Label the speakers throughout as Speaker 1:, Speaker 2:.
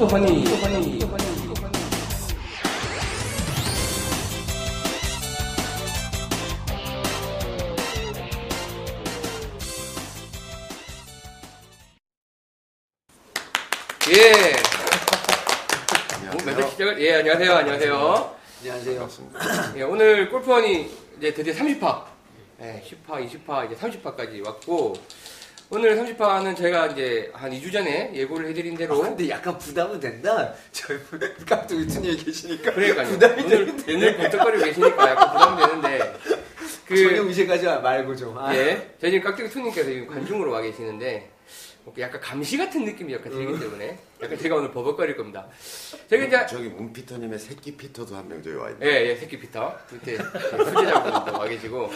Speaker 1: 허니 예. 뭐
Speaker 2: 안녕하세요.
Speaker 1: 매달 시작을 예 안녕하세요 안녕하세요.
Speaker 2: 안녕하세요.
Speaker 1: 예, 오늘 골프원이 이제 드디어 30파, 예, 10파, 20파, 이제 30파까지 왔고, 오늘 30파는 저희가 이제 한 2주 전에 예고를 해드린
Speaker 2: 아,
Speaker 1: 대로.
Speaker 2: 근데 약간 부담은 된다. 저희 깍두 유튜브에 계시니까
Speaker 1: 그러니까요.
Speaker 2: 부담이
Speaker 1: 오늘,
Speaker 2: 되는데.
Speaker 1: 오늘 번쩍거리고 계시니까 약간 부담되는데.
Speaker 2: 전혀
Speaker 1: 그,
Speaker 2: 의식하지 말고 좀. 아,
Speaker 1: 예, 저희 지금 깍두기 투님께서 지금 관중으로 와 계시는데, 뭐 약간 감시 같은 느낌이 약간 들기
Speaker 2: 음.
Speaker 1: 때문에, 약간 제가 오늘 버벅거릴 겁니다. 저희 이제
Speaker 3: 저기 문피터님의 새끼 피터도 한 명 저기 와 있네.
Speaker 1: 예, 예, 새끼 피터. 밑에 수제자분도 와 계시고.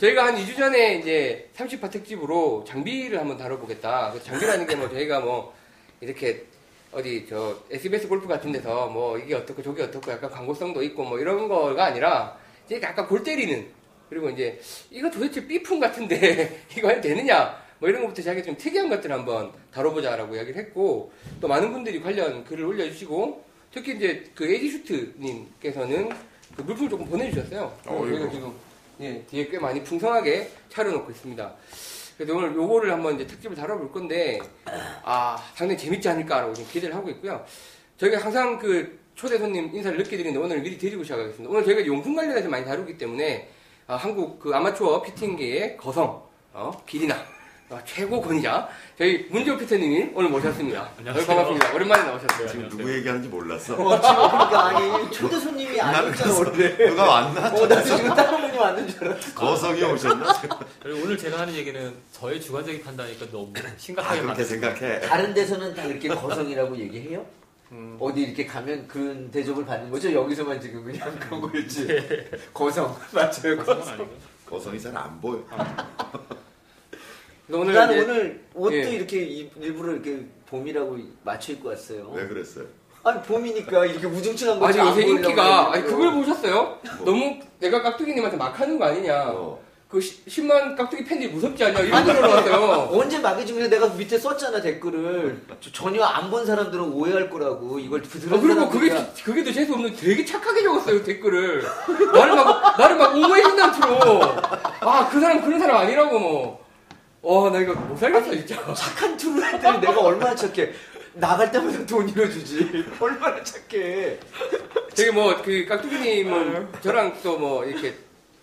Speaker 1: 저희가 한 2주 전에 이제 30파 특집으로 장비를 한번 다뤄보겠다. 그 장비라는 게 뭐 저희가 뭐 이렇게 어디 저 SBS 골프 같은 데서 뭐 이게 어떻고 저게 어떻고 약간 광고성도 있고 뭐 이런 거가 아니라 이제 약간 골 때리는 그리고 이제 이거 도대체 삐품 같은데 이거 해도 되느냐 뭐 이런 것부터 자기가 좀 특이한 것들을 한번 다뤄보자라고 이야기를 했고 또 많은 분들이 관련 글을 올려주시고 특히 이제 그 에디슈트님께서는 그 물품을 조금 보내주셨어요.
Speaker 3: 어,
Speaker 1: 그래서 저희가
Speaker 3: 이거.
Speaker 1: 지금 예, 뒤에 꽤 많이 풍성하게 차려놓고 있습니다. 그래서 오늘 요거를 한번 이제 특집을 다뤄볼 건데 아 상당히 재밌지 않을까라고 지금 기대를 하고 있고요. 저희가 항상 그 초대 손님 인사를 늦게 드리는데 오늘 미리 드리고 시작하겠습니다. 오늘 저희가 용품 관련해서 많이 다루기 때문에 아, 한국 그 아마추어 피팅계의 거성 어, 기리나 어, 최고 권위자 저희 문재호 피터님이 오늘 모셨습니다.
Speaker 4: 네, 안녕하세요. 네.
Speaker 1: 오늘 반갑습니다. 오랜만에 나오셨어요.
Speaker 3: 지금 누구 얘기하는지 몰랐어.
Speaker 2: 어, 지금 그러니까 아니 초대 손님이
Speaker 3: 나는
Speaker 2: 아니었잖아 원래.
Speaker 3: 누가 왔나?
Speaker 2: 어, 나도 지금 다른 분이 왔는 줄 알았어.
Speaker 3: 거성이 오셨나?
Speaker 4: 그리고 오늘 제가 하는 얘기는 저의 주관적인 판단이니까 너무
Speaker 3: 아
Speaker 4: 심각하게
Speaker 3: 그렇게
Speaker 4: 만드세요.
Speaker 3: 생각해.
Speaker 2: 다른 데서는 다 이렇게 거성이라고 얘기해요? 어디 이렇게 가면 그런 대접을 받는 거죠? 여기서만 지금 그냥 그런 거였지. 거성 맞아요. 거성.
Speaker 4: 아니고.
Speaker 3: 거성이 잘 안 보여.
Speaker 1: 그래서 오늘
Speaker 2: 난
Speaker 1: 이제
Speaker 2: 오늘 옷도
Speaker 1: 예.
Speaker 2: 이렇게 입- 일부러 이렇게 봄이라고 맞춰 입고 왔어요.
Speaker 3: 왜 그랬어요?
Speaker 2: 아니 봄이니까 이렇게 우중충한 거
Speaker 1: 아니
Speaker 2: 안
Speaker 1: 요새
Speaker 2: 보이려고
Speaker 1: 인기가
Speaker 2: 그러고.
Speaker 1: 아니 그걸 보셨어요?
Speaker 3: 뭐?
Speaker 1: 너무 내가 깍두기님한테 막 하는 거 아니냐
Speaker 3: 어.
Speaker 1: 그 시- 10만 깍두기 팬들이 무섭지 않냐 이런
Speaker 2: 아니.
Speaker 1: 걸로 왔어요
Speaker 2: 언제 막해주면서 내가 밑에 썼잖아 댓글을 저- 전혀 안 본 사람들은 오해할 거라고 이걸 들은
Speaker 1: 아, 그리고 그게
Speaker 2: 사람들이야.
Speaker 1: 그게 또 재수 없는 되게 착하게 적었어요 그 댓글을 나를 막 나를 막 옹호해준다 트로 아그 사람 그런 사람 아니라고 뭐. 어, 뭐와나 이거 못 살겠어 진짜
Speaker 2: 착한 툴을 할 때는 내가 얼마나 착해 나갈 때마다 돈 잃어주지 얼마나 착해
Speaker 1: 되게 뭐 그 깍두기님은
Speaker 2: 아.
Speaker 1: 저랑 또 뭐 이렇게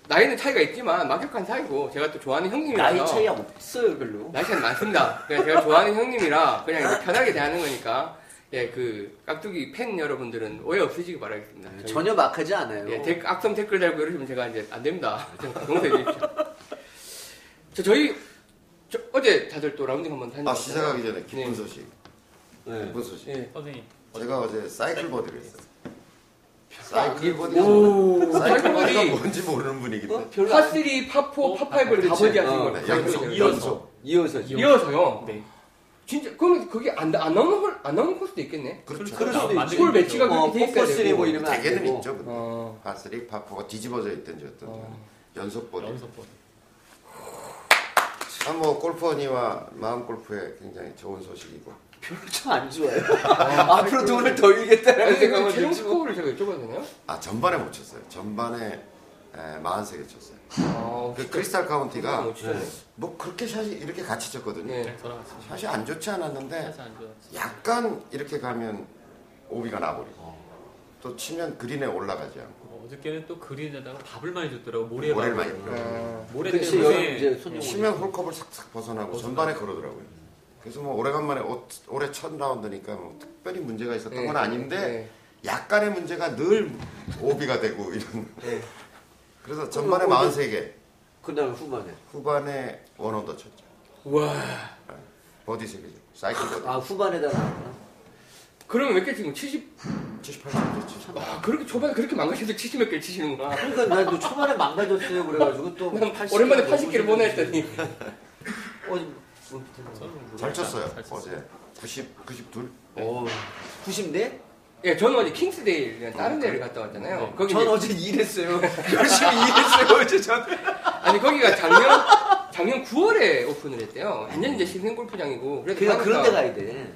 Speaker 1: 나이는 차이가 있지만 막역한 사이고 제가 또 좋아하는 형님이라서
Speaker 2: 나이 차이 없어요 별로
Speaker 1: 날씨가 많습니다. 그냥 제가 좋아하는 형님이라 그냥 이렇게 편하게 대하는 거니까 예, 그 깍두기 팬 여러분들은 오해 없으시기 바라겠습니다. 저희-
Speaker 2: 전혀 막하지 않아요
Speaker 1: 예, 댓- 악성 댓글 달고 이러시면 제가 이제 안 됩니다. 좀 용서해 주십시오. 저 저희 저, 어제 다들 또 라운딩 한번 다녀왔어요.
Speaker 3: 아 시작하기 전에 기쁜
Speaker 1: 네.
Speaker 3: 소식.
Speaker 2: 네.
Speaker 3: 기쁜 소식.
Speaker 1: 예.
Speaker 4: 선생님.
Speaker 3: 제가 어제 사이클 버디를 했어요. 사이클 버디가 뭐-
Speaker 1: 오,
Speaker 3: 사이클
Speaker 1: 사이클
Speaker 3: 버디가
Speaker 1: 버디.
Speaker 3: 뭔지 모르는 분이기
Speaker 2: 어?
Speaker 3: 때문에
Speaker 2: 별로 안-
Speaker 1: 파3, 파4,
Speaker 4: 어,
Speaker 1: 파5를 다
Speaker 2: 그치.
Speaker 1: 버디 하신
Speaker 2: 어,
Speaker 1: 거예요.
Speaker 3: 네, 양쪽
Speaker 1: 사이클
Speaker 4: 이어서.
Speaker 1: 버디를.
Speaker 2: 이어서 지금.
Speaker 1: 이어서요.
Speaker 4: 네.
Speaker 1: 진짜 그러면 그게 안, 안 나오는 걸- 안 나오는 코스도 있겠네.
Speaker 3: 그렇죠.
Speaker 2: 그럴 수도
Speaker 4: 아,
Speaker 2: 있지
Speaker 4: 골
Speaker 1: 매치가
Speaker 2: 어,
Speaker 1: 그렇게 돼 있어야
Speaker 2: 포커스리 뭐
Speaker 1: 되고.
Speaker 2: 이러면 안
Speaker 3: 대개는
Speaker 2: 되고
Speaker 3: 있죠. 근데.
Speaker 1: 어.
Speaker 3: 파3, 파4가 뒤집어져 있든지 어떤 연속 버디.
Speaker 4: 연습 보
Speaker 3: 참 뭐 골프 언니와 마음 골프에 굉장히 좋은 소식이고.
Speaker 2: 별로 참 안 좋아요 앞으로 돈을 더
Speaker 1: 아니,
Speaker 2: 잃겠다는
Speaker 1: 그
Speaker 2: 생각은
Speaker 1: 최종
Speaker 2: 들지
Speaker 1: 스코어를 제가 여쭤봐도 되나요?
Speaker 3: 아 전반에 못 쳤어요. 전반에 43개 쳤어요.
Speaker 1: 아,
Speaker 3: 그 크리스탈
Speaker 1: 못
Speaker 3: 카운티가
Speaker 1: 치셨네.
Speaker 3: 뭐 그렇게 샷이 이렇게 같이 쳤거든요.
Speaker 1: 예.
Speaker 4: 저랑 같이
Speaker 3: 샷이 안 좋지 않았는데
Speaker 4: 해서 안 좋았지.
Speaker 3: 약간 이렇게 가면 오비가 나버리고 또 치면 그린에 올라가지 않고
Speaker 4: 뭐 어저께는 또 그린에다가 밥을 많이 줬더라고 모래
Speaker 3: 모래를 많이
Speaker 4: 밥을.
Speaker 3: 뿌려요. 네.
Speaker 1: 아.
Speaker 4: 모래
Speaker 2: 그치,
Speaker 4: 때문에
Speaker 2: 여름 이제 손님
Speaker 3: 치면 홀컵을 싹싹 벗어나고 전반에 그러더라고요. 그래서 뭐 오래간만에 오- 올해 첫 라운드니까 뭐 특별히 문제가 있었던
Speaker 1: 예.
Speaker 3: 건 아닌데 약간의 문제가 늘 오비가 되고 이런.
Speaker 2: 네.
Speaker 1: 예.
Speaker 3: 그래서 전반에 43개,
Speaker 2: 그 다음에 후반에
Speaker 3: 후반에 원언더 쳤죠.
Speaker 1: 와.
Speaker 3: 버디 세개죠 사이클 버디.
Speaker 2: 아 후반에다 나왔구나
Speaker 1: 그러면 몇 개 지금 70?
Speaker 3: 78점 쳤죠.
Speaker 1: 아 그렇게 초반에 그렇게 망가져서 70 몇 개를 치시는구나.
Speaker 2: 그러니까 난또 초반에 망가졌어요 그래가지고 또
Speaker 1: 난
Speaker 2: 80
Speaker 1: 오랜만에
Speaker 2: 개를
Speaker 1: 80개를
Speaker 2: 넘어지는
Speaker 1: 보내했더니
Speaker 2: 거지. 어이, 뭐 붙었나?
Speaker 4: 저는
Speaker 3: 잘 쳤어요.
Speaker 4: 잘 쳤어요.
Speaker 3: 어제 90, 92.
Speaker 1: 네.
Speaker 2: 어, 94?
Speaker 1: 예 저는 어제 킹스데일 다른 데를 갔다 왔잖아요. 거기
Speaker 2: 전
Speaker 1: 이제-
Speaker 2: 어제 일했어요. 열심히 일했어요 어제 전.
Speaker 1: 아니 거기가 작년 작년 9월에 오픈을 했대요. 완전 이제 신생 골프장이고 그래서 그러니까.
Speaker 2: 그냥 그런 데
Speaker 1: 가니까
Speaker 2: 가야 돼.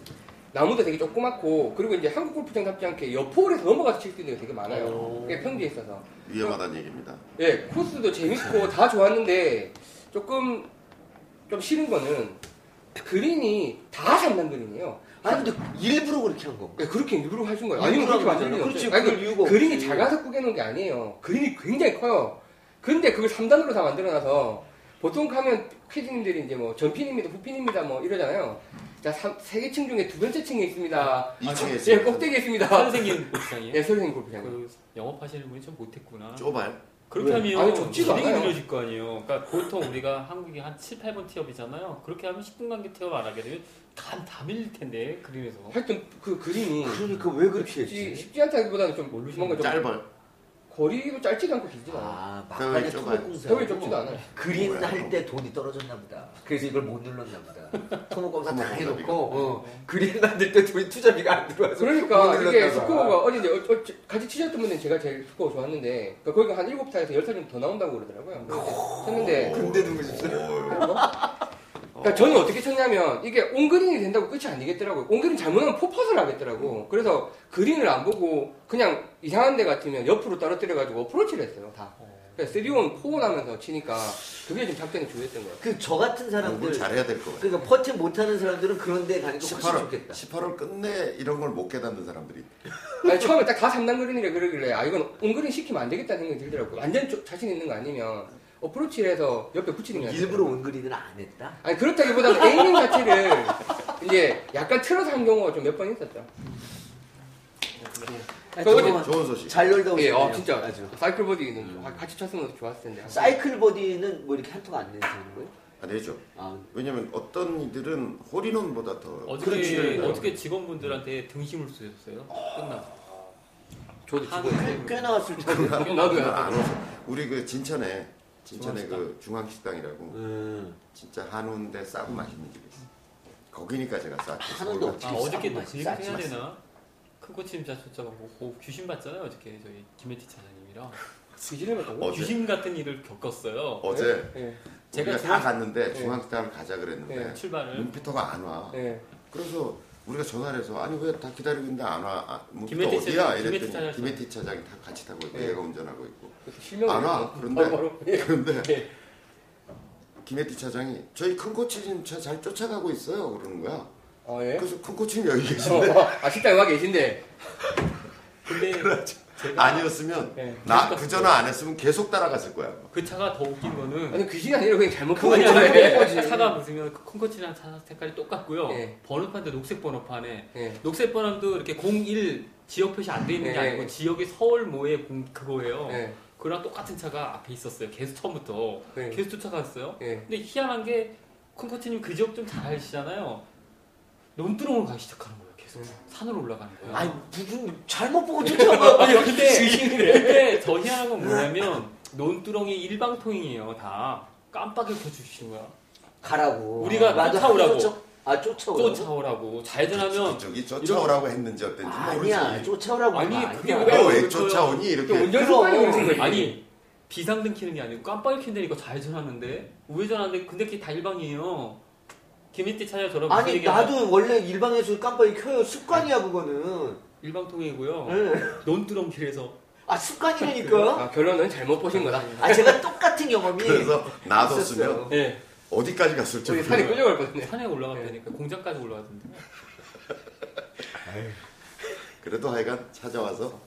Speaker 1: 나무도 되게 조그맣고 그리고 이제 한국 골프장 답지 않게 옆홀에서 넘어가서 칠 때도 되게 많아요. 그게 평지에 있어서.
Speaker 2: 아.
Speaker 3: 위험하다는 얘기입니다.
Speaker 1: 예, 코스도 재밌고 다 좋았는데 조금 좀 싫은 거는 그린이 다 장난 그린이에요.
Speaker 2: 아니 근데 일부러 그렇게 한 거.
Speaker 1: 예, 그렇게 일부러 하신 거예요.
Speaker 2: 일부러
Speaker 1: 아니면 그렇게
Speaker 2: 하면
Speaker 1: 만들
Speaker 2: 되잖아.
Speaker 1: 리는
Speaker 2: 그렇지,
Speaker 1: 없죠.
Speaker 2: 그럴 이유가
Speaker 1: 그린이
Speaker 2: 없지.
Speaker 1: 작아서 꾸겨놓은 게 아니에요. 그린이 굉장히 커요. 근데 그걸 3단으로 다 만들어놔서 보통 가면 퀴즈님들이 이제 뭐 전핀입니다, 후핀입니다 뭐 이러잖아요. 자, 3개 층 중에 두 번째 층에
Speaker 2: 아,
Speaker 1: 있습니다.
Speaker 3: 2층에
Speaker 1: 예,
Speaker 3: 있어요.
Speaker 1: 꼭대기에 있습니다.
Speaker 4: 그 선생님 이상이에요.
Speaker 1: 예, 선생님 골프장.
Speaker 4: 그 영업하시는 분이 참 못했구나.
Speaker 3: 좁아요.
Speaker 4: 그렇게
Speaker 1: 왜?
Speaker 4: 하면
Speaker 1: 아니, 좁지도
Speaker 4: 진행이
Speaker 1: 않아요.
Speaker 4: 느려질 거 아니에요. 그러니까 보통 우리가 한국이 한 7, 8번 티업이잖아요. 그렇게 하면 10분 간격 티업 안 하게 되면 간다 밀릴 텐데 그림에서.
Speaker 1: 하여튼 그 그린이
Speaker 2: 그러니까 왜 그렇게
Speaker 1: 쉽지,
Speaker 2: 했지?
Speaker 1: 쉽지 않다기보다는 좀
Speaker 4: 모르시는
Speaker 1: 뭔가 좀
Speaker 3: 짧아요.
Speaker 1: 거리도 짧지도 않고 길지도 않아요.
Speaker 2: 아
Speaker 3: 혀를
Speaker 2: 막판에
Speaker 3: 좁아요.
Speaker 1: 혀를
Speaker 2: 토목공사. 어.
Speaker 1: 좁지도 않아요.
Speaker 2: 그린
Speaker 3: 뭐야,
Speaker 2: 할 때 돈이 떨어졌나 보다. 그래서 이걸 못 눌렀나 보다. 토목공사 다
Speaker 3: 토목공사
Speaker 2: 해놓고
Speaker 3: 비가.
Speaker 2: 어, 그린 만들 때 돈이 투자비가 안 들어와서
Speaker 1: 그러니까
Speaker 2: 못
Speaker 1: 이게
Speaker 2: 눌렀나 봐.
Speaker 1: 스코어가 어제 이제 어, 어, 같이 치셨던 분은 제가 제일 스코어 좋았는데 그러니까 거기가 한 7타에서 10타 정도 더 나온다고 그러더라고요. 그래서 쳤는데
Speaker 2: 근데
Speaker 3: 어,
Speaker 2: 누구 집사?
Speaker 1: 그러니까 저는 어떻게 쳤냐면 이게 온그린이 된다고 끝이 아니겠더라고요. 온그린 잘못하면 포퍼스를
Speaker 2: 음.
Speaker 1: 하겠더라고. 그래서 그린을 안 보고 그냥 이상한 데 같으면 옆으로 떨어뜨려가지고 어프로치를 했어요. 다. 그러니까 3온 4온 하면서 치니까 그게 좀 작전이 중요했던 거예요.
Speaker 2: 그 저 같은
Speaker 3: 공부를
Speaker 2: 사람들
Speaker 3: 아, 잘해야 될 것 같아요.
Speaker 2: 그러니까 퍼트 못하는 사람들은 그런 데 가는 게 훨씬
Speaker 3: 18월,
Speaker 2: 좋겠다.
Speaker 3: 18월 끝내 이런 걸 못 깨닫는 사람들이
Speaker 1: 아니, 처음에 딱 다 3단 그린이라 그러길래 아 이건 온그린 시키면 안 되겠다는 생각이 들더라고요. 완전 조- 자신 있는 거 아니면 어프로치를 해서 옆에 붙이는 게 아니라.
Speaker 2: 일부러 온그린을 안 했다.
Speaker 1: 아니 그렇다기보다는 에이밍 자체를 이제 약간 틀어서 한 경우가 좀 몇 번 있었죠.
Speaker 2: 아니,
Speaker 1: 그거
Speaker 2: 저거
Speaker 3: 좋은 소식.
Speaker 2: 어, 잘 놀다
Speaker 1: 예,
Speaker 2: 오셨네요.
Speaker 1: 어 진짜
Speaker 2: 아주.
Speaker 1: 사이클 보디는 같이 쳤으면 좋았을 텐데.
Speaker 2: 사이클 버디는 뭐 이렇게 한 통 안 내서 하는 거예요?
Speaker 3: 안 되죠.
Speaker 2: 아,
Speaker 3: 왜냐면 어떤 이들은 홀인원보다 더
Speaker 4: 어떻게
Speaker 2: 그렇죠.
Speaker 4: 어떻게 직원분들한테 등심을 쏘셨어요? 끝나고.
Speaker 1: 저도
Speaker 4: 한-
Speaker 1: 죽었어요.
Speaker 2: 꽤 나왔을 텐데.
Speaker 1: 나도요.
Speaker 3: 안 오죠. 우리 그 진천에 진천에 그 중앙식당이라고
Speaker 2: 음.
Speaker 3: 진짜 한우인데 싸고 맛있는 집이 있어. 거기니까 제가 싸고
Speaker 2: 한우인데
Speaker 4: 아,
Speaker 2: 싸지
Speaker 4: 어저께도
Speaker 2: 마시-
Speaker 4: 그 얘기
Speaker 2: 싸지
Speaker 4: 해야
Speaker 2: 마시-
Speaker 4: 되나? 큰 코치님 자초자가 보고 귀신 봤잖아요. 어저께 저희 김혜티 차장님이랑
Speaker 1: 뒤지려면
Speaker 2: 네.
Speaker 3: 어제.
Speaker 4: 귀신 같은 일을 겪었어요.
Speaker 3: 어제
Speaker 1: 예.
Speaker 4: 네. 제가
Speaker 3: 우리가
Speaker 4: 중앙-
Speaker 3: 다
Speaker 1: 네.
Speaker 3: 갔는데 중앙식당을 가자 그랬는데
Speaker 1: 네.
Speaker 4: 출발을
Speaker 2: 음.
Speaker 3: 문피터가 안
Speaker 4: 네.
Speaker 3: 와.
Speaker 1: 예.
Speaker 3: 그래서 우리가 전화를 해서 아니 왜 다 기다리고 있는데 안 와? 아, 문피터
Speaker 4: 김혜태
Speaker 3: 어디야?
Speaker 4: 차장- 김혜태 차장.
Speaker 3: 이랬더니 김혜티 차장이 다 같이 타고 있고
Speaker 1: 네.
Speaker 3: 얘가 운전하고 있고
Speaker 1: 그래서 실명을
Speaker 3: 안 와.
Speaker 1: 했어요.
Speaker 3: 그런데-
Speaker 1: 바로 바로. 예.
Speaker 3: 그런데
Speaker 1: 예.
Speaker 4: 네.
Speaker 3: 김혜티 차장이 저희 큰 코치님 저 잘 쫓아가고 있어요 그러는 거야.
Speaker 1: 아
Speaker 4: 네?
Speaker 1: 예.
Speaker 3: 그래서 큰 코치님 여기 계신데
Speaker 1: 어, 아 식당에 와 계신데.
Speaker 4: 근데
Speaker 2: 그렇죠.
Speaker 4: 제가
Speaker 3: 아니었으면
Speaker 4: 네.
Speaker 1: 예.
Speaker 3: 나 그 전화 안 했으면 계속 따라갔을 거야.
Speaker 4: 그 차가 더 웃긴 거는
Speaker 1: 아니 귀신 아니라 그냥 잘못
Speaker 4: 그거
Speaker 1: 보고
Speaker 4: 그냥
Speaker 1: 있는데.
Speaker 4: 거지. 차가 무슨 콘코치랑 차 색깔이 똑같고요.
Speaker 1: 예.
Speaker 4: 번호판도 녹색 번호판에
Speaker 1: 예.
Speaker 4: 녹색 번호판도 이렇게 01 지역 표시 안 돼 있는 게
Speaker 1: 예.
Speaker 2: 네.
Speaker 4: 아니고 지역이 서울 모의 공- 그거예요.
Speaker 1: 예.
Speaker 4: 그랑 똑같은 차가 앞에 있었어요. 계속 처음부터
Speaker 2: 네.
Speaker 1: 예.
Speaker 4: 계속 쫓아갔어요.
Speaker 1: 예.
Speaker 4: 근데 희한한 게 콘코치님 그 지역 좀 잘 아시잖아요. 논두렁으로 가기 시작하는 거예요. 계속
Speaker 1: 예.
Speaker 4: 산으로 올라가는 거예요.
Speaker 2: 네. 아니 그 무슨 잘못 보고 쫓아가.
Speaker 4: 아니, 근데-
Speaker 2: 귀신이래.
Speaker 4: 근데 더 희한한 건 뭐냐면 논두렁이 일방통행이에요. 다 깜빡이 켜주시는 거야.
Speaker 2: 가라고.
Speaker 4: 우리가
Speaker 2: 나도
Speaker 4: 쫓아오라고.
Speaker 2: 쫓아- 아 쫓아오라고.
Speaker 4: 쫓아오라고 좌회전하면
Speaker 3: 저기 쫓아오라고 했는지 어땠는지 모르지.
Speaker 2: 아니야 쫓아오라고.
Speaker 4: 아니,
Speaker 2: 하면 안
Speaker 4: 그게
Speaker 2: 돼.
Speaker 4: 왜-
Speaker 3: 왜
Speaker 4: 그거요.
Speaker 3: 쫓아오니
Speaker 1: 또
Speaker 3: 이렇게
Speaker 1: 운전 습관이
Speaker 2: 그럼.
Speaker 1: 그러신 거지.
Speaker 4: 아니 비상등 켜는 게 아니고 깜빡이 켠다니까 좌회전하는데 우회전하는데 근데 그게 다 일방이에요. 김인태 차야 저랑 무슨
Speaker 2: 아니
Speaker 4: 얘기하냐.
Speaker 2: 나도 원래 일방에서 깜빡이 켜요 습관이야 그거는.
Speaker 4: 일방통행이고요.
Speaker 2: 응.
Speaker 4: 논두렁 길에서
Speaker 2: 아 습관이라니까.
Speaker 1: 아, 결론은 잘못 보신 거다.
Speaker 2: 아 제가 똑같은 경험이
Speaker 3: 그래서 놔뒀으면
Speaker 2: 있었어요.
Speaker 4: 예
Speaker 3: 어디까지 갔을지
Speaker 1: 저기
Speaker 3: 모르겠어.
Speaker 1: 산에 끌려갈 뻔했네.
Speaker 4: 산에 올라갔다니까 공장까지 올라갔는데
Speaker 3: 그래도 하여간 찾아와서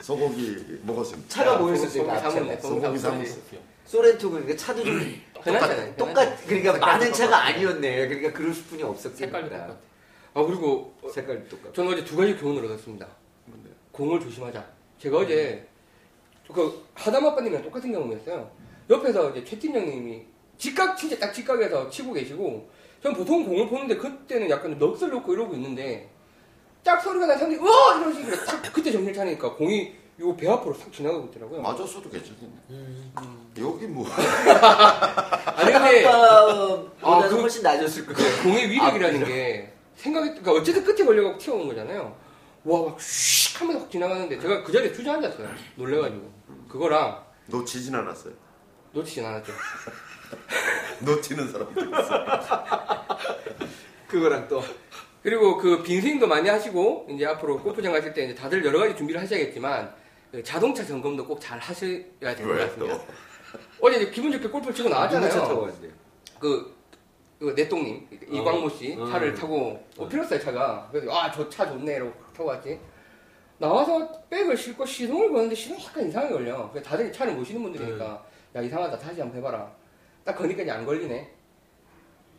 Speaker 3: 소고기 먹었습니다.
Speaker 2: 차가 뭐였어 제가
Speaker 1: 소고기 사먹네,
Speaker 2: 앞차가.
Speaker 1: 소고기
Speaker 3: 소고기
Speaker 1: 사먹네.
Speaker 3: 사먹었어.
Speaker 2: 소렌토가 그러니까 차도 좀
Speaker 1: 편하잖아요.
Speaker 2: 똑같 그러니까 많은 차가
Speaker 1: 똑같아요.
Speaker 2: 아니었네. 그러니까 그럴 수뿐이 없었겠다.
Speaker 4: 색깔도 똑같아.
Speaker 1: 아 그리고 어,
Speaker 2: 색깔도 똑같아.
Speaker 1: 저는 어제 두 가지 교훈을 얻었습니다.
Speaker 3: 뭔데요?
Speaker 1: 공을 조심하자. 제가 어제 그 하담아빠님이랑 똑같은 경험이었어요. 옆에서 이제 최 팀장님이 직각 진짜 딱 직각에서 치고 계시고 전 보통 공을 보는데 그때는 약간 넋을 놓고 이러고 있는데 딱 소리가 나 사람들이 와 이런 식으로 딱 그때 정신 차니까 공이 요 배 앞으로 싹 지나가고 있더라고요.
Speaker 3: 맞았어도 괜찮겠네. 여기 뭐
Speaker 1: 아니 예. 근데
Speaker 2: 아빠보다는
Speaker 1: 아, 그-
Speaker 2: 훨씬 낮았을 거예요.
Speaker 1: 공의 위력이라는 게 생각이 그러니까 어쨌든 끝에 걸려가고 튀어온 거잖아요. 와막슉 하면서 확 지나가는데 제가 그 자리에 투자앉았어요. 놀래가지고 그거랑
Speaker 3: 놓치진 않았어요.
Speaker 1: 놓치진 않았죠.
Speaker 3: 놓치는 사람도 있어.
Speaker 2: 그거랑 또
Speaker 1: 그러니까 그리고 그 빈스윙도 많이 하시고 이제 앞으로 골프장 가실 때 이제 다들 여러 가지 준비를 하셔야겠지만 그 자동차 점검도 꼭 잘 하셔야 될 것
Speaker 3: 왜 또?
Speaker 1: 같습니다. 어제 이제 기분 좋게 골프를 치고
Speaker 2: 누가 차 타고
Speaker 1: 나왔잖아요.
Speaker 2: 왔는데?
Speaker 1: 그, 그 내똥님 이광모 씨
Speaker 2: 어.
Speaker 1: 차를 타고 어, 필요했어요 차가. 그래서 아 저 차 좋네 이러고 타고 왔지. 나와서 백을 싣고 시동을 거는데 시동이 약간 이상하게 걸려. 그래서 다들 차를 모시는 분들이니까
Speaker 2: 네.
Speaker 1: 야 이상하다 다시 한번 해봐라. 딱 거니까 이제 안 걸리네.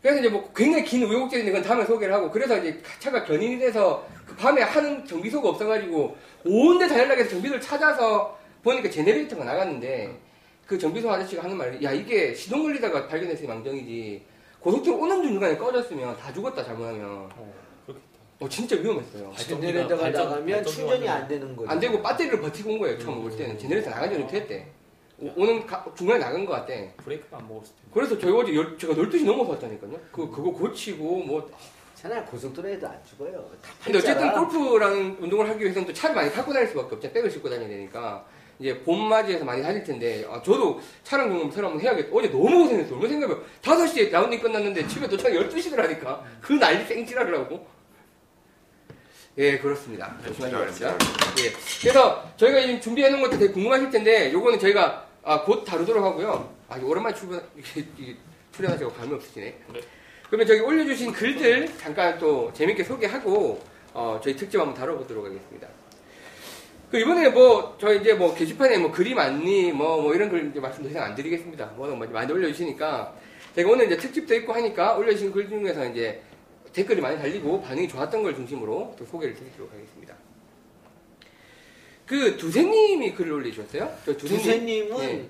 Speaker 1: 그래서 이제 뭐 굉장히 긴 우여곡절인데 그건 다음에 소개를 하고 그래서 이제 차가 견인이 돼서 그 밤에 하는 정비소가 없어가지고 온데 다 연락해서 정비소를 찾아서 보니까 제네레이터가 나갔는데 그 정비소 아저씨가 하는 말이 야 이게 시동 걸리다가 발견했으니 망정이지 고속도로 오는 중간에 꺼졌으면 다 죽었다 잘못하면 어 진짜 위험했어요
Speaker 2: 제네레이터가
Speaker 4: 발전-
Speaker 2: 나가면
Speaker 4: 발전기
Speaker 2: 충전이
Speaker 4: 완전-
Speaker 2: 안 되는 거죠.
Speaker 1: 안 되고 배터리를 버티고 온 거예요 처음 올 때는 제네레이터 나간 지 못했대 오는 가- 중간에 나간 것 같대
Speaker 4: 브레이크가 안 먹었을 텐데.
Speaker 1: 그래서 저희 어제 열- 제가 12시 넘어서 왔다니까요 그, 그거 고치고 뭐
Speaker 2: 차라리 고속도로에도 안 죽어요. 다
Speaker 1: 근데 어쨌든
Speaker 2: 팔잖아.
Speaker 1: 골프라는 운동을 하기 위해서는 또 차를 많이 타고 다닐 수밖에 없잖아요. 백을 싣고 다녀야 되니까. 이제 봄 맞이해서 많이 다닐 텐데, 아, 저도 차량 경험 새로 한번 해야겠다. 어제 너무 고생했어. 얼마나 생각해요. 5시에 라운딩 끝났는데 집에 도착이 12시더라니까. 그 난리 쌩지랄이라고. 예, 그렇습니다.
Speaker 3: 네,
Speaker 1: 조심하시기 바랍니다. 예. 그래서 저희가 지금 준비해놓은 것도 되게 궁금하실 텐데, 요거는 저희가 아, 곧 다루도록 하고요. 아, 이거 오랜만에 출연, 출연하시고 감이 없으시네.
Speaker 4: 네.
Speaker 1: 그러면 저기 올려주신 글들 잠깐 또 재밌게 소개하고, 어, 저희 특집 한번 다뤄보도록 하겠습니다. 그 이번에 뭐, 저희 이제 뭐 게시판에 뭐 그림 안니, 뭐, 뭐 이런 글 이제 말씀 더 이상 안 드리겠습니다. 워낙 많이- 많이 올려주시니까. 제가 오늘 이제 특집도 있고 하니까 올려주신 글 중에서 이제 댓글이 많이 달리고 반응이 좋았던 걸 중심으로 또 소개를 드리도록 하겠습니다. 그 두세님이 글을 올리셨어요? 저 두세님.
Speaker 2: 두세님은
Speaker 1: 예.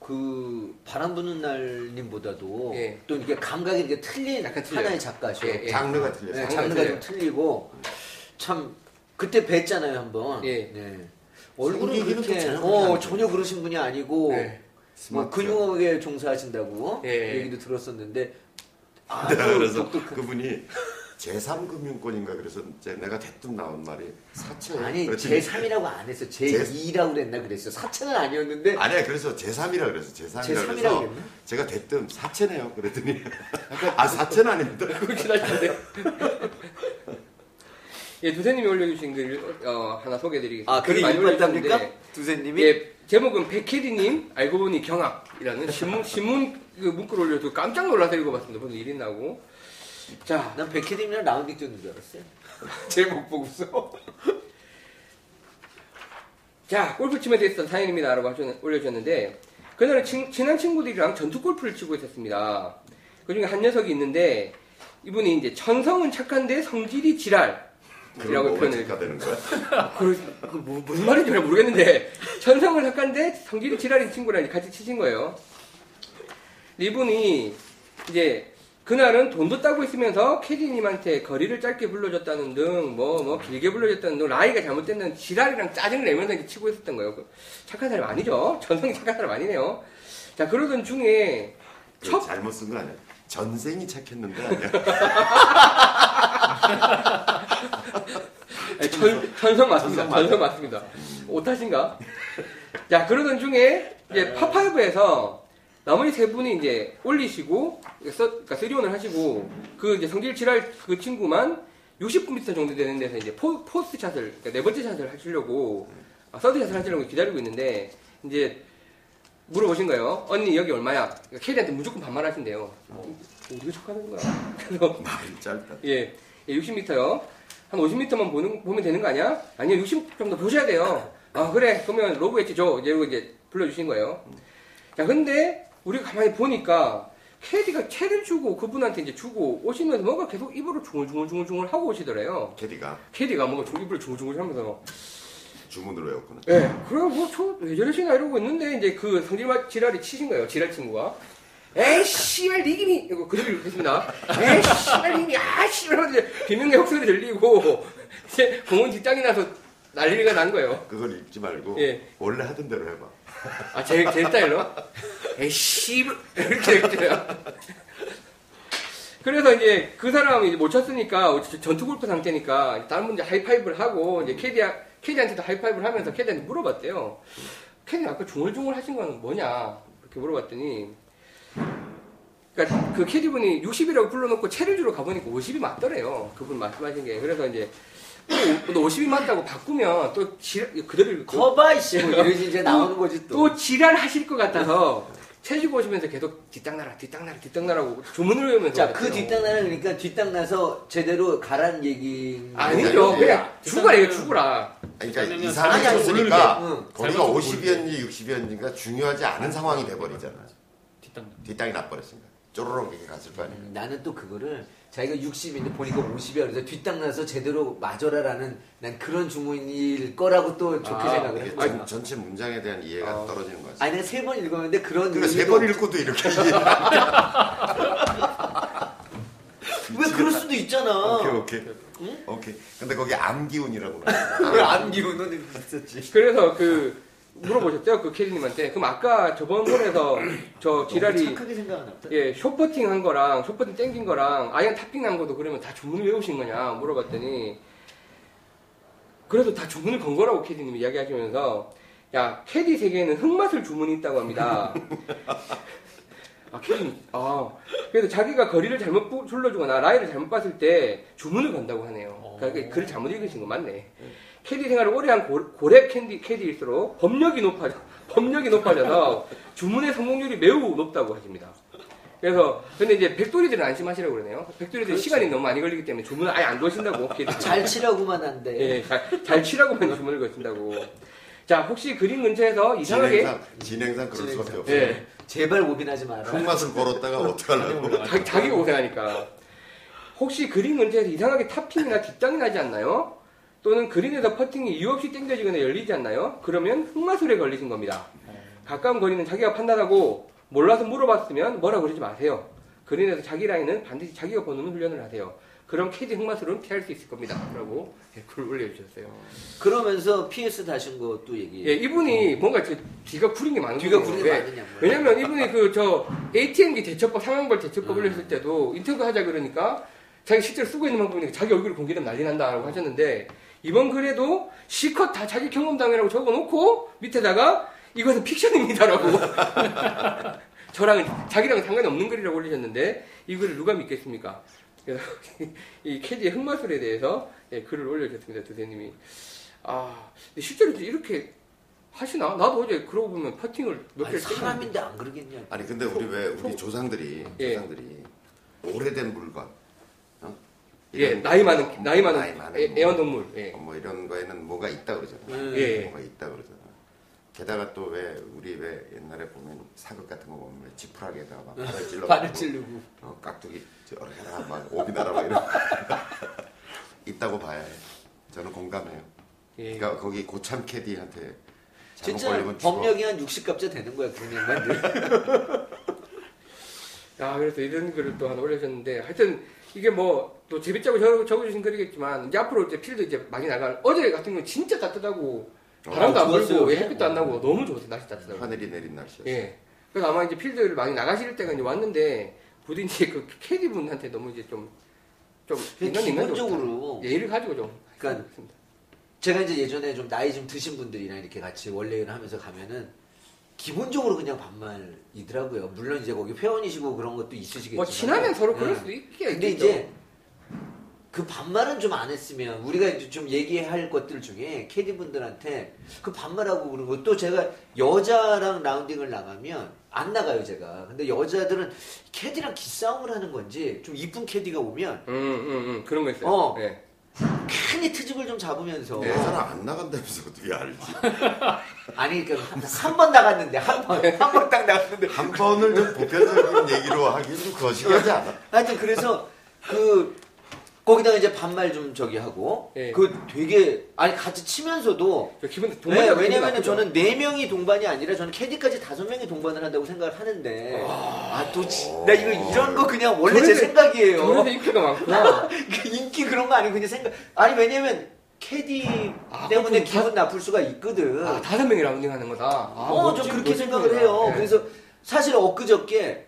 Speaker 2: 그 바람 부는 날님보다도
Speaker 1: 예.
Speaker 2: 또 이게 감각이 이게 틀린
Speaker 1: 약간 틀려요.
Speaker 2: 하나의 작가죠.
Speaker 1: 예, 예.
Speaker 3: 장르가 틀렸어요.
Speaker 2: 네,
Speaker 1: 장르가
Speaker 2: 장르가
Speaker 1: 틀려요.
Speaker 2: 좀 틀리고 참 그때 뵀잖아요 한번.
Speaker 1: 예.
Speaker 2: 네. 얼굴은
Speaker 3: 생기기는
Speaker 2: 그렇게
Speaker 3: 좀 잘하는
Speaker 2: 어
Speaker 3: 사람이에요.
Speaker 2: 전혀 그러신 분이 아니고
Speaker 1: 네.
Speaker 2: 뭐
Speaker 3: 스마트.
Speaker 2: 근육에 종사하신다고
Speaker 1: 예.
Speaker 2: 얘기도 들었었는데 아주
Speaker 3: 그래서
Speaker 2: 똑똑한
Speaker 3: 그분이 제3금융권인가 그래서 이제 내가 대뜸 나온 말이 사채.
Speaker 2: 아니
Speaker 3: 그렇지.
Speaker 2: 제3이라고 안 했어 제2라고 그랬나 그랬어 사채는 아니었는데
Speaker 3: 아니야 그래서 제3이라 그래서 제3이라
Speaker 2: 제3이라고
Speaker 3: 그래서
Speaker 2: 그랬나?
Speaker 3: 제가 대뜸 사채네요 그랬더니 아 사채는 아닙니다
Speaker 1: 그렇긴 하신데. 예, 두세님이 올려주신 글 어, 하나 소개해드리겠습니다.
Speaker 2: 아 그게
Speaker 1: 글 많이
Speaker 2: 이뻤답니까
Speaker 1: 올려주셨는데,
Speaker 2: 두세님이
Speaker 1: 예, 제목은 백혜리님 알고 보니 경악이라는 신문 신문 그 문구를 올려서 깜짝 놀라서 읽어봤습니다. 무슨 일이 나고. 자,
Speaker 2: 난 백혜림이랑 라운딩 뛰는 줄 알았어요
Speaker 1: 제목 보고서. 자, 골프 치면서 있었던 사연입니다. 라고 하셨- 올려주셨는데, 그날은 친, 친한 친구들이랑 전투 골프를 치고 있었습니다. 그 중에 한 녀석이 있는데, 이분이 이제 천성은 착한데 성질이 지랄.
Speaker 3: 그런
Speaker 1: 이라고
Speaker 3: 거가
Speaker 1: 표현을.
Speaker 3: 착화되는 거야
Speaker 1: 그, 그 뭐- 무슨 말인지 잘 모르겠는데, 천성은 착한데 성질이 지랄인 친구랑 이제 같이 치신 거예요. 이분이 이제 그날은 돈도 따고 있으면서 캐디님한테 거리를 짧게 불러줬다는 등 뭐 뭐 길게 불러줬다는 등 라이가 잘못됐는 지랄이랑 짜증을 내면서 이렇게 치고 있었던 거예요. 그 착한 사람 아니죠? 전성이 착한 사람 아니네요. 자 그러던 중에
Speaker 3: 그
Speaker 1: 첫
Speaker 3: 잘못 쓴 거 아니야 전생이 착했는데 아니야
Speaker 1: 네, 천, 천성 맞습니다. 천성,
Speaker 3: 천성 맞아요.
Speaker 1: 맞습니다. 오타신가? 자, 그러던 중에 이제
Speaker 3: 네.
Speaker 1: 파파이브에서 나머지 세 분이 이제 올리시고 써, 그러니까 쓰리온을 하시고 그 이제 성질 칠할 그 친구만 60m 정도 되는 데서 이제 포, 포스트 샷을 그러니까 네 번째 샷을 하시려고 아, 서드 샷을 하시려고 기다리고 있는데 이제 물어보신 거예요. 언니 여기 얼마야? 그러니까 캐디한테 무조건 반말하신대요. 어, 어디가 척하는 거야? 그래서
Speaker 3: 말이 짧다
Speaker 1: 예, 예 60m요. 한 50m만 보는, 보면 되는 거 아니야? 아니요, 60 정도 보셔야 돼요. 아, 그래. 그러면 로그 엣지 줘. 이러고 이제 불러주신 거예요. 자, 근데 우리가 가만히 보니까 캐디가 채를 주고 그분한테 이제 주고 오시면서 뭔가 계속 입으로 중얼중얼중얼중얼 하고 오시더래요.
Speaker 3: 캐디가
Speaker 1: 캐디가 뭔가 중- 입을 중얼중얼 하면서.
Speaker 3: 주문으로 외웠구나
Speaker 1: 예. 그래, 뭐, 저, 왜 저러시나 이러고 있는데 이제 그 성질만 지랄이 치신 거예요. 지랄 친구가. 에이, 씨발, 네 니김이! 이거 그림을 읽겠습니다. 에이, 씨발, 니김이! 아, 씨발! 하면서 비명의 혁소리 들리고, 이제 공은 뒷땅이 나서 난리가 난 거예요.
Speaker 3: 그걸 읽지 말고
Speaker 1: 예.
Speaker 3: 원래 하던 대로 해봐
Speaker 1: 아, 제, 제 스타일로? 에이, 씨발! 이렇게 읽어요. 그래서 이제 그 사람이 이제 못 쳤으니까, 전투 골프 상태니까, 다른 분이 하이파이브를 하고, 이제 캐디, 캐디한테도 하이파이브를 하면서 캐디한테 물어봤대요. 캐디 아까 중얼중얼 하신 건 뭐냐? 이렇게 물어봤더니, 그러니까 그 캐디분이 60이라고 불러놓고 채를 주러 가보니까 50이 맞더래요. 그분 말씀하신 게. 그래서 이제 어, 너 50이 맞다고 바꾸면 또 지랄, 그대로 또,
Speaker 2: 커바이 씨, 뭐 이러지 이제 나오는 거지 또.
Speaker 1: 또 지랄하실 것 같아서 채 주고 오시면서 계속 뒷땅나라, 뒷땅나라, 뒷땅나라고 주문을 외우면서.
Speaker 2: 자, 그
Speaker 1: 왔대요.
Speaker 2: 뒷땅나는 그러니까 뒷땅나서 제대로 가란 얘기.
Speaker 1: 아니죠.
Speaker 2: 네.
Speaker 3: 예.
Speaker 1: 그냥 죽어라, 이거 죽어라.
Speaker 3: 아니, 그러니까
Speaker 4: 왜냐면
Speaker 3: 이
Speaker 2: 아니, 아니,
Speaker 3: 사람이 쳤으니까
Speaker 2: 모르게. 응.
Speaker 3: 거리가
Speaker 4: 잘못
Speaker 3: 50이었는지 60이었는지가 중요하지 않은 상황이 돼버리잖아.
Speaker 4: 뒷땅.
Speaker 3: 뒷땅이 나버렸으니까 쪼르렁 이렇게 갔을 거 아니에요.
Speaker 2: 나는 또 그거를 자기가 60인데 보니까 50이야. 그래서 뒷땅나서 제대로 맞아라라는 난 그런 주문일 거라고 또 좋게
Speaker 1: 아,
Speaker 2: 생각을
Speaker 3: 이게
Speaker 2: 했거든.
Speaker 3: 전, 전체 문장에 대한 이해가 떨어지는 거지.
Speaker 2: 아니, 내가 세 번 읽었는데 그런.
Speaker 3: 그래
Speaker 2: 의미도-
Speaker 3: 세번 읽고도 이렇게 이해.
Speaker 2: 왜 그럴 수도 있잖아.
Speaker 3: 오케이 오케이. 오케이. 근데 거기 암기운이라고. 그래.
Speaker 1: 아,
Speaker 2: 왜안 기우는 있었지?
Speaker 1: 그래서 그, 물어보셨죠? 그 캐디님한테. 그럼 아까 저번 홀에서 저
Speaker 2: 너무
Speaker 1: 어, 지랄이
Speaker 2: 어, 그 착하게 생각하나 보다.
Speaker 1: 예, 쇼퍼팅 한 거랑 쇼퍼팅 땡긴 거랑 아이언 탑핑 난 것도 그러면 다 주문을 외우신 거냐 물어봤더니 그래도 다 주문을 건 거라고 캐디님이 이야기하시면서 야 캐디 세계에는 흑맛을 주문이 있다고 합니다. 아 캐디님 아 그래서 자기가 거리를 잘못 부- 둘러주거나 라인을 잘못 봤을 때 주문을 건다고 하네요. 그러니까 글을 잘못 읽으신 건 맞네. 캐디 생활을 오래 한 고- 고렙 캔디 캐디일수록 법력이 높아 법력이 높아져서 주문의 성공률이 매우 높다고 하십니다. 그래서 근데 이제 백돌이들은 안심하시라고 그러네요. 백돌이들은 시간이 너무 많이 걸리기 때문에 주문을 아예 안 거신다고. 걔들.
Speaker 2: 잘 치라고만 한데.
Speaker 1: 예, 잘, 잘 치라고만 주문을 거신다고. 자, 혹시 그림 근처에서 이상하게
Speaker 3: 진행상 진행상 그럴 수밖에 없어. 요
Speaker 1: 예,
Speaker 2: 제발 오빈하지 마라.
Speaker 3: 흑맛을 걸었다가 어떡하려고.
Speaker 1: 자,
Speaker 2: 그러니까.
Speaker 1: 자기가 고생하니까. 혹시 그림 근처에서 이상하게 탑핑이나 뒷땅이 나지 않나요? 또는 그린에서 퍼팅이 이유 없이 땡겨지거나 열리지 않나요? 그러면 흑마술에 걸리신 겁니다.
Speaker 2: 네.
Speaker 1: 가까운 거리는 자기가 판단하고 몰라서 물어봤으면 뭐라 그러지 마세요. 그린에서 자기 라인은 반드시 자기가 보는 훈련을 하세요. 그럼 캐디 흑마술은 피할 수 있을 겁니다. 라고 예, 댓글 올려주셨어요.
Speaker 2: 그러면서 PS 다신 것도 얘기해.
Speaker 1: 예, 이분이 뭔가 이렇게 뒤가 구린 게 많은
Speaker 2: 어. 뒤가
Speaker 1: 분이에요. 예.
Speaker 2: 구린
Speaker 1: 왜-
Speaker 2: 게 많으냐고요.
Speaker 1: 왜냐면 이분이 그 저 ATM기 대처법 상황별 대처법
Speaker 2: 네.
Speaker 1: 올렸을 때도 인터뷰 하자 그러니까 자기 실제로 쓰고 있는 방법이니까 자기 얼굴 공개되면 난리 난다라고 하셨는데 이번 글에도 실컷 다 자기 경험담이라고 적어놓고 밑에다가 이것은 픽션입니다라고 저랑 자기랑 상관이 없는 글이라고 올리셨는데 이 글을 누가 믿겠습니까? 그래서 이 캐디의 흑마술에 대해서 예, 글을 올려주셨습니다 도대님이 아 근데 실제로 이렇게 하시나? 나도 어제 그러고 보면 퍼팅을 몇
Speaker 2: 아니,
Speaker 1: 개를 찍었는데
Speaker 2: 사람인데 안 그러겠냐.
Speaker 3: 아니 근데 우리 왜 우리 조상들이
Speaker 1: 예.
Speaker 3: 조상들이 오래된 물건 어?
Speaker 1: 예,
Speaker 3: 이런
Speaker 1: 나이
Speaker 3: 거,
Speaker 1: 많은 나이 많은, 애-
Speaker 3: 뭐,
Speaker 1: 애완동물. 예.
Speaker 3: 뭐 이런 거에는 뭐가 있다 그러잖아.
Speaker 2: 음.
Speaker 1: 예.
Speaker 3: 뭐가 있다 그러잖아. 게다가 또 왜 우리 왜 옛날에 보면 사극 같은 거 보면 왜 지푸라기에다가 막 발을 찔러
Speaker 2: 바늘 찌르고.
Speaker 3: 어, 깍두기 저렇게다가 막 오비 나라 막 이런 있다고 봐야 해. 저는 공감해요.
Speaker 1: 예.
Speaker 3: 그러니까 거기 고참 캐디한테 잘못
Speaker 2: 진짜
Speaker 3: 걸리면 죽어.
Speaker 2: 법력이 한 60갑자 되는 거야, 그러면.
Speaker 1: 아, 그래서 이런 글을 또 하나 올려주셨는데, 하여튼, 이게 뭐, 또 재밌자고 적- 적어주신 글이겠지만, 이제 앞으로 이제 필드 이제 많이 나갈, 어제 같은 경우는 진짜 따뜻하고, 바람도 안
Speaker 2: 좋았어요. 음,
Speaker 1: 불고, 예, 햇빛도 안 나고, 너무 좋았어요. 날씨 따뜻하고.
Speaker 3: 하늘이 내린 날씨였어.
Speaker 1: 예. 그래서 아마 이제 필드를 많이 나가실 때가 이제 왔는데, 부디 이제 그 캐디분한테 너무 이제 좀, 좀, 인간, 인간적으로.
Speaker 2: 기본적으로.
Speaker 1: 예의를 가지고 좀.
Speaker 2: 그러니까 제가 이제 예전에 좀 나이 좀 드신 분들이랑 이렇게 같이 원래를 하면서 가면은 기본적으로 그냥 반말이더라고요. 물론 이제 거기 회원이시고 그런 것도 있으시겠지만.
Speaker 1: 뭐, 친하면 서로 그럴
Speaker 2: 예.
Speaker 1: 수도 있게.
Speaker 2: 근데 이제 그 반말은 좀 안 했으면 우리가 이제 좀 얘기할 것들 중에 캐디 분들한테 그 반말하고 그런 것도 제가 여자랑 라운딩을 나가면 안 나가요 제가. 근데 여자들은 캐디랑 기싸움을 하는 건지 좀 이쁜 캐디가 오면
Speaker 1: 음, 음, 음. 그런 거 있어요.
Speaker 2: 어.
Speaker 1: 예.
Speaker 2: 괜히 트집을 좀 잡으면서
Speaker 3: 내 사람 안 나간다면서 어떻게 알지?
Speaker 2: 아니 그러니까 한 번 나갔는데 한 번 한 번 딱 나갔는데
Speaker 3: 한 번을 좀 보편적인 얘기로 하기는 좀 거시기하지 않아?
Speaker 2: 하여튼 그래서 그 거기다가 이제 반말 좀 저기 하고
Speaker 1: 예.
Speaker 2: 그 되게 아니 같이 치면서도
Speaker 1: 저 그러니까 기분,
Speaker 2: 네,
Speaker 1: 동반자가 기분
Speaker 2: 왜냐면은
Speaker 1: 나쁘죠?
Speaker 2: 저는 네 명이 동반이 아니라 저는 캐디까지 다섯 명이 동반을 한다고 생각을 하는데 아또나 이거 이런 거 그냥 원래 제
Speaker 1: 아. 저래서-
Speaker 2: 생각이에요.
Speaker 1: 저래서 인기가
Speaker 2: 그
Speaker 1: 많구나.
Speaker 2: 인기 그런 거 아니고 그냥 생각. 아니 왜냐면 캐디
Speaker 1: 아,
Speaker 2: 때문에
Speaker 1: 그럼 다-
Speaker 2: 기분 나쁠 수가 있거든.
Speaker 1: 아, 다섯 명이 라운딩 하는 거다. 아,
Speaker 2: 어,
Speaker 1: 멋지-
Speaker 2: 저 그렇게
Speaker 1: 멋지구나.
Speaker 2: 생각을 해요.
Speaker 1: 예.
Speaker 2: 그래서 사실 엊그저께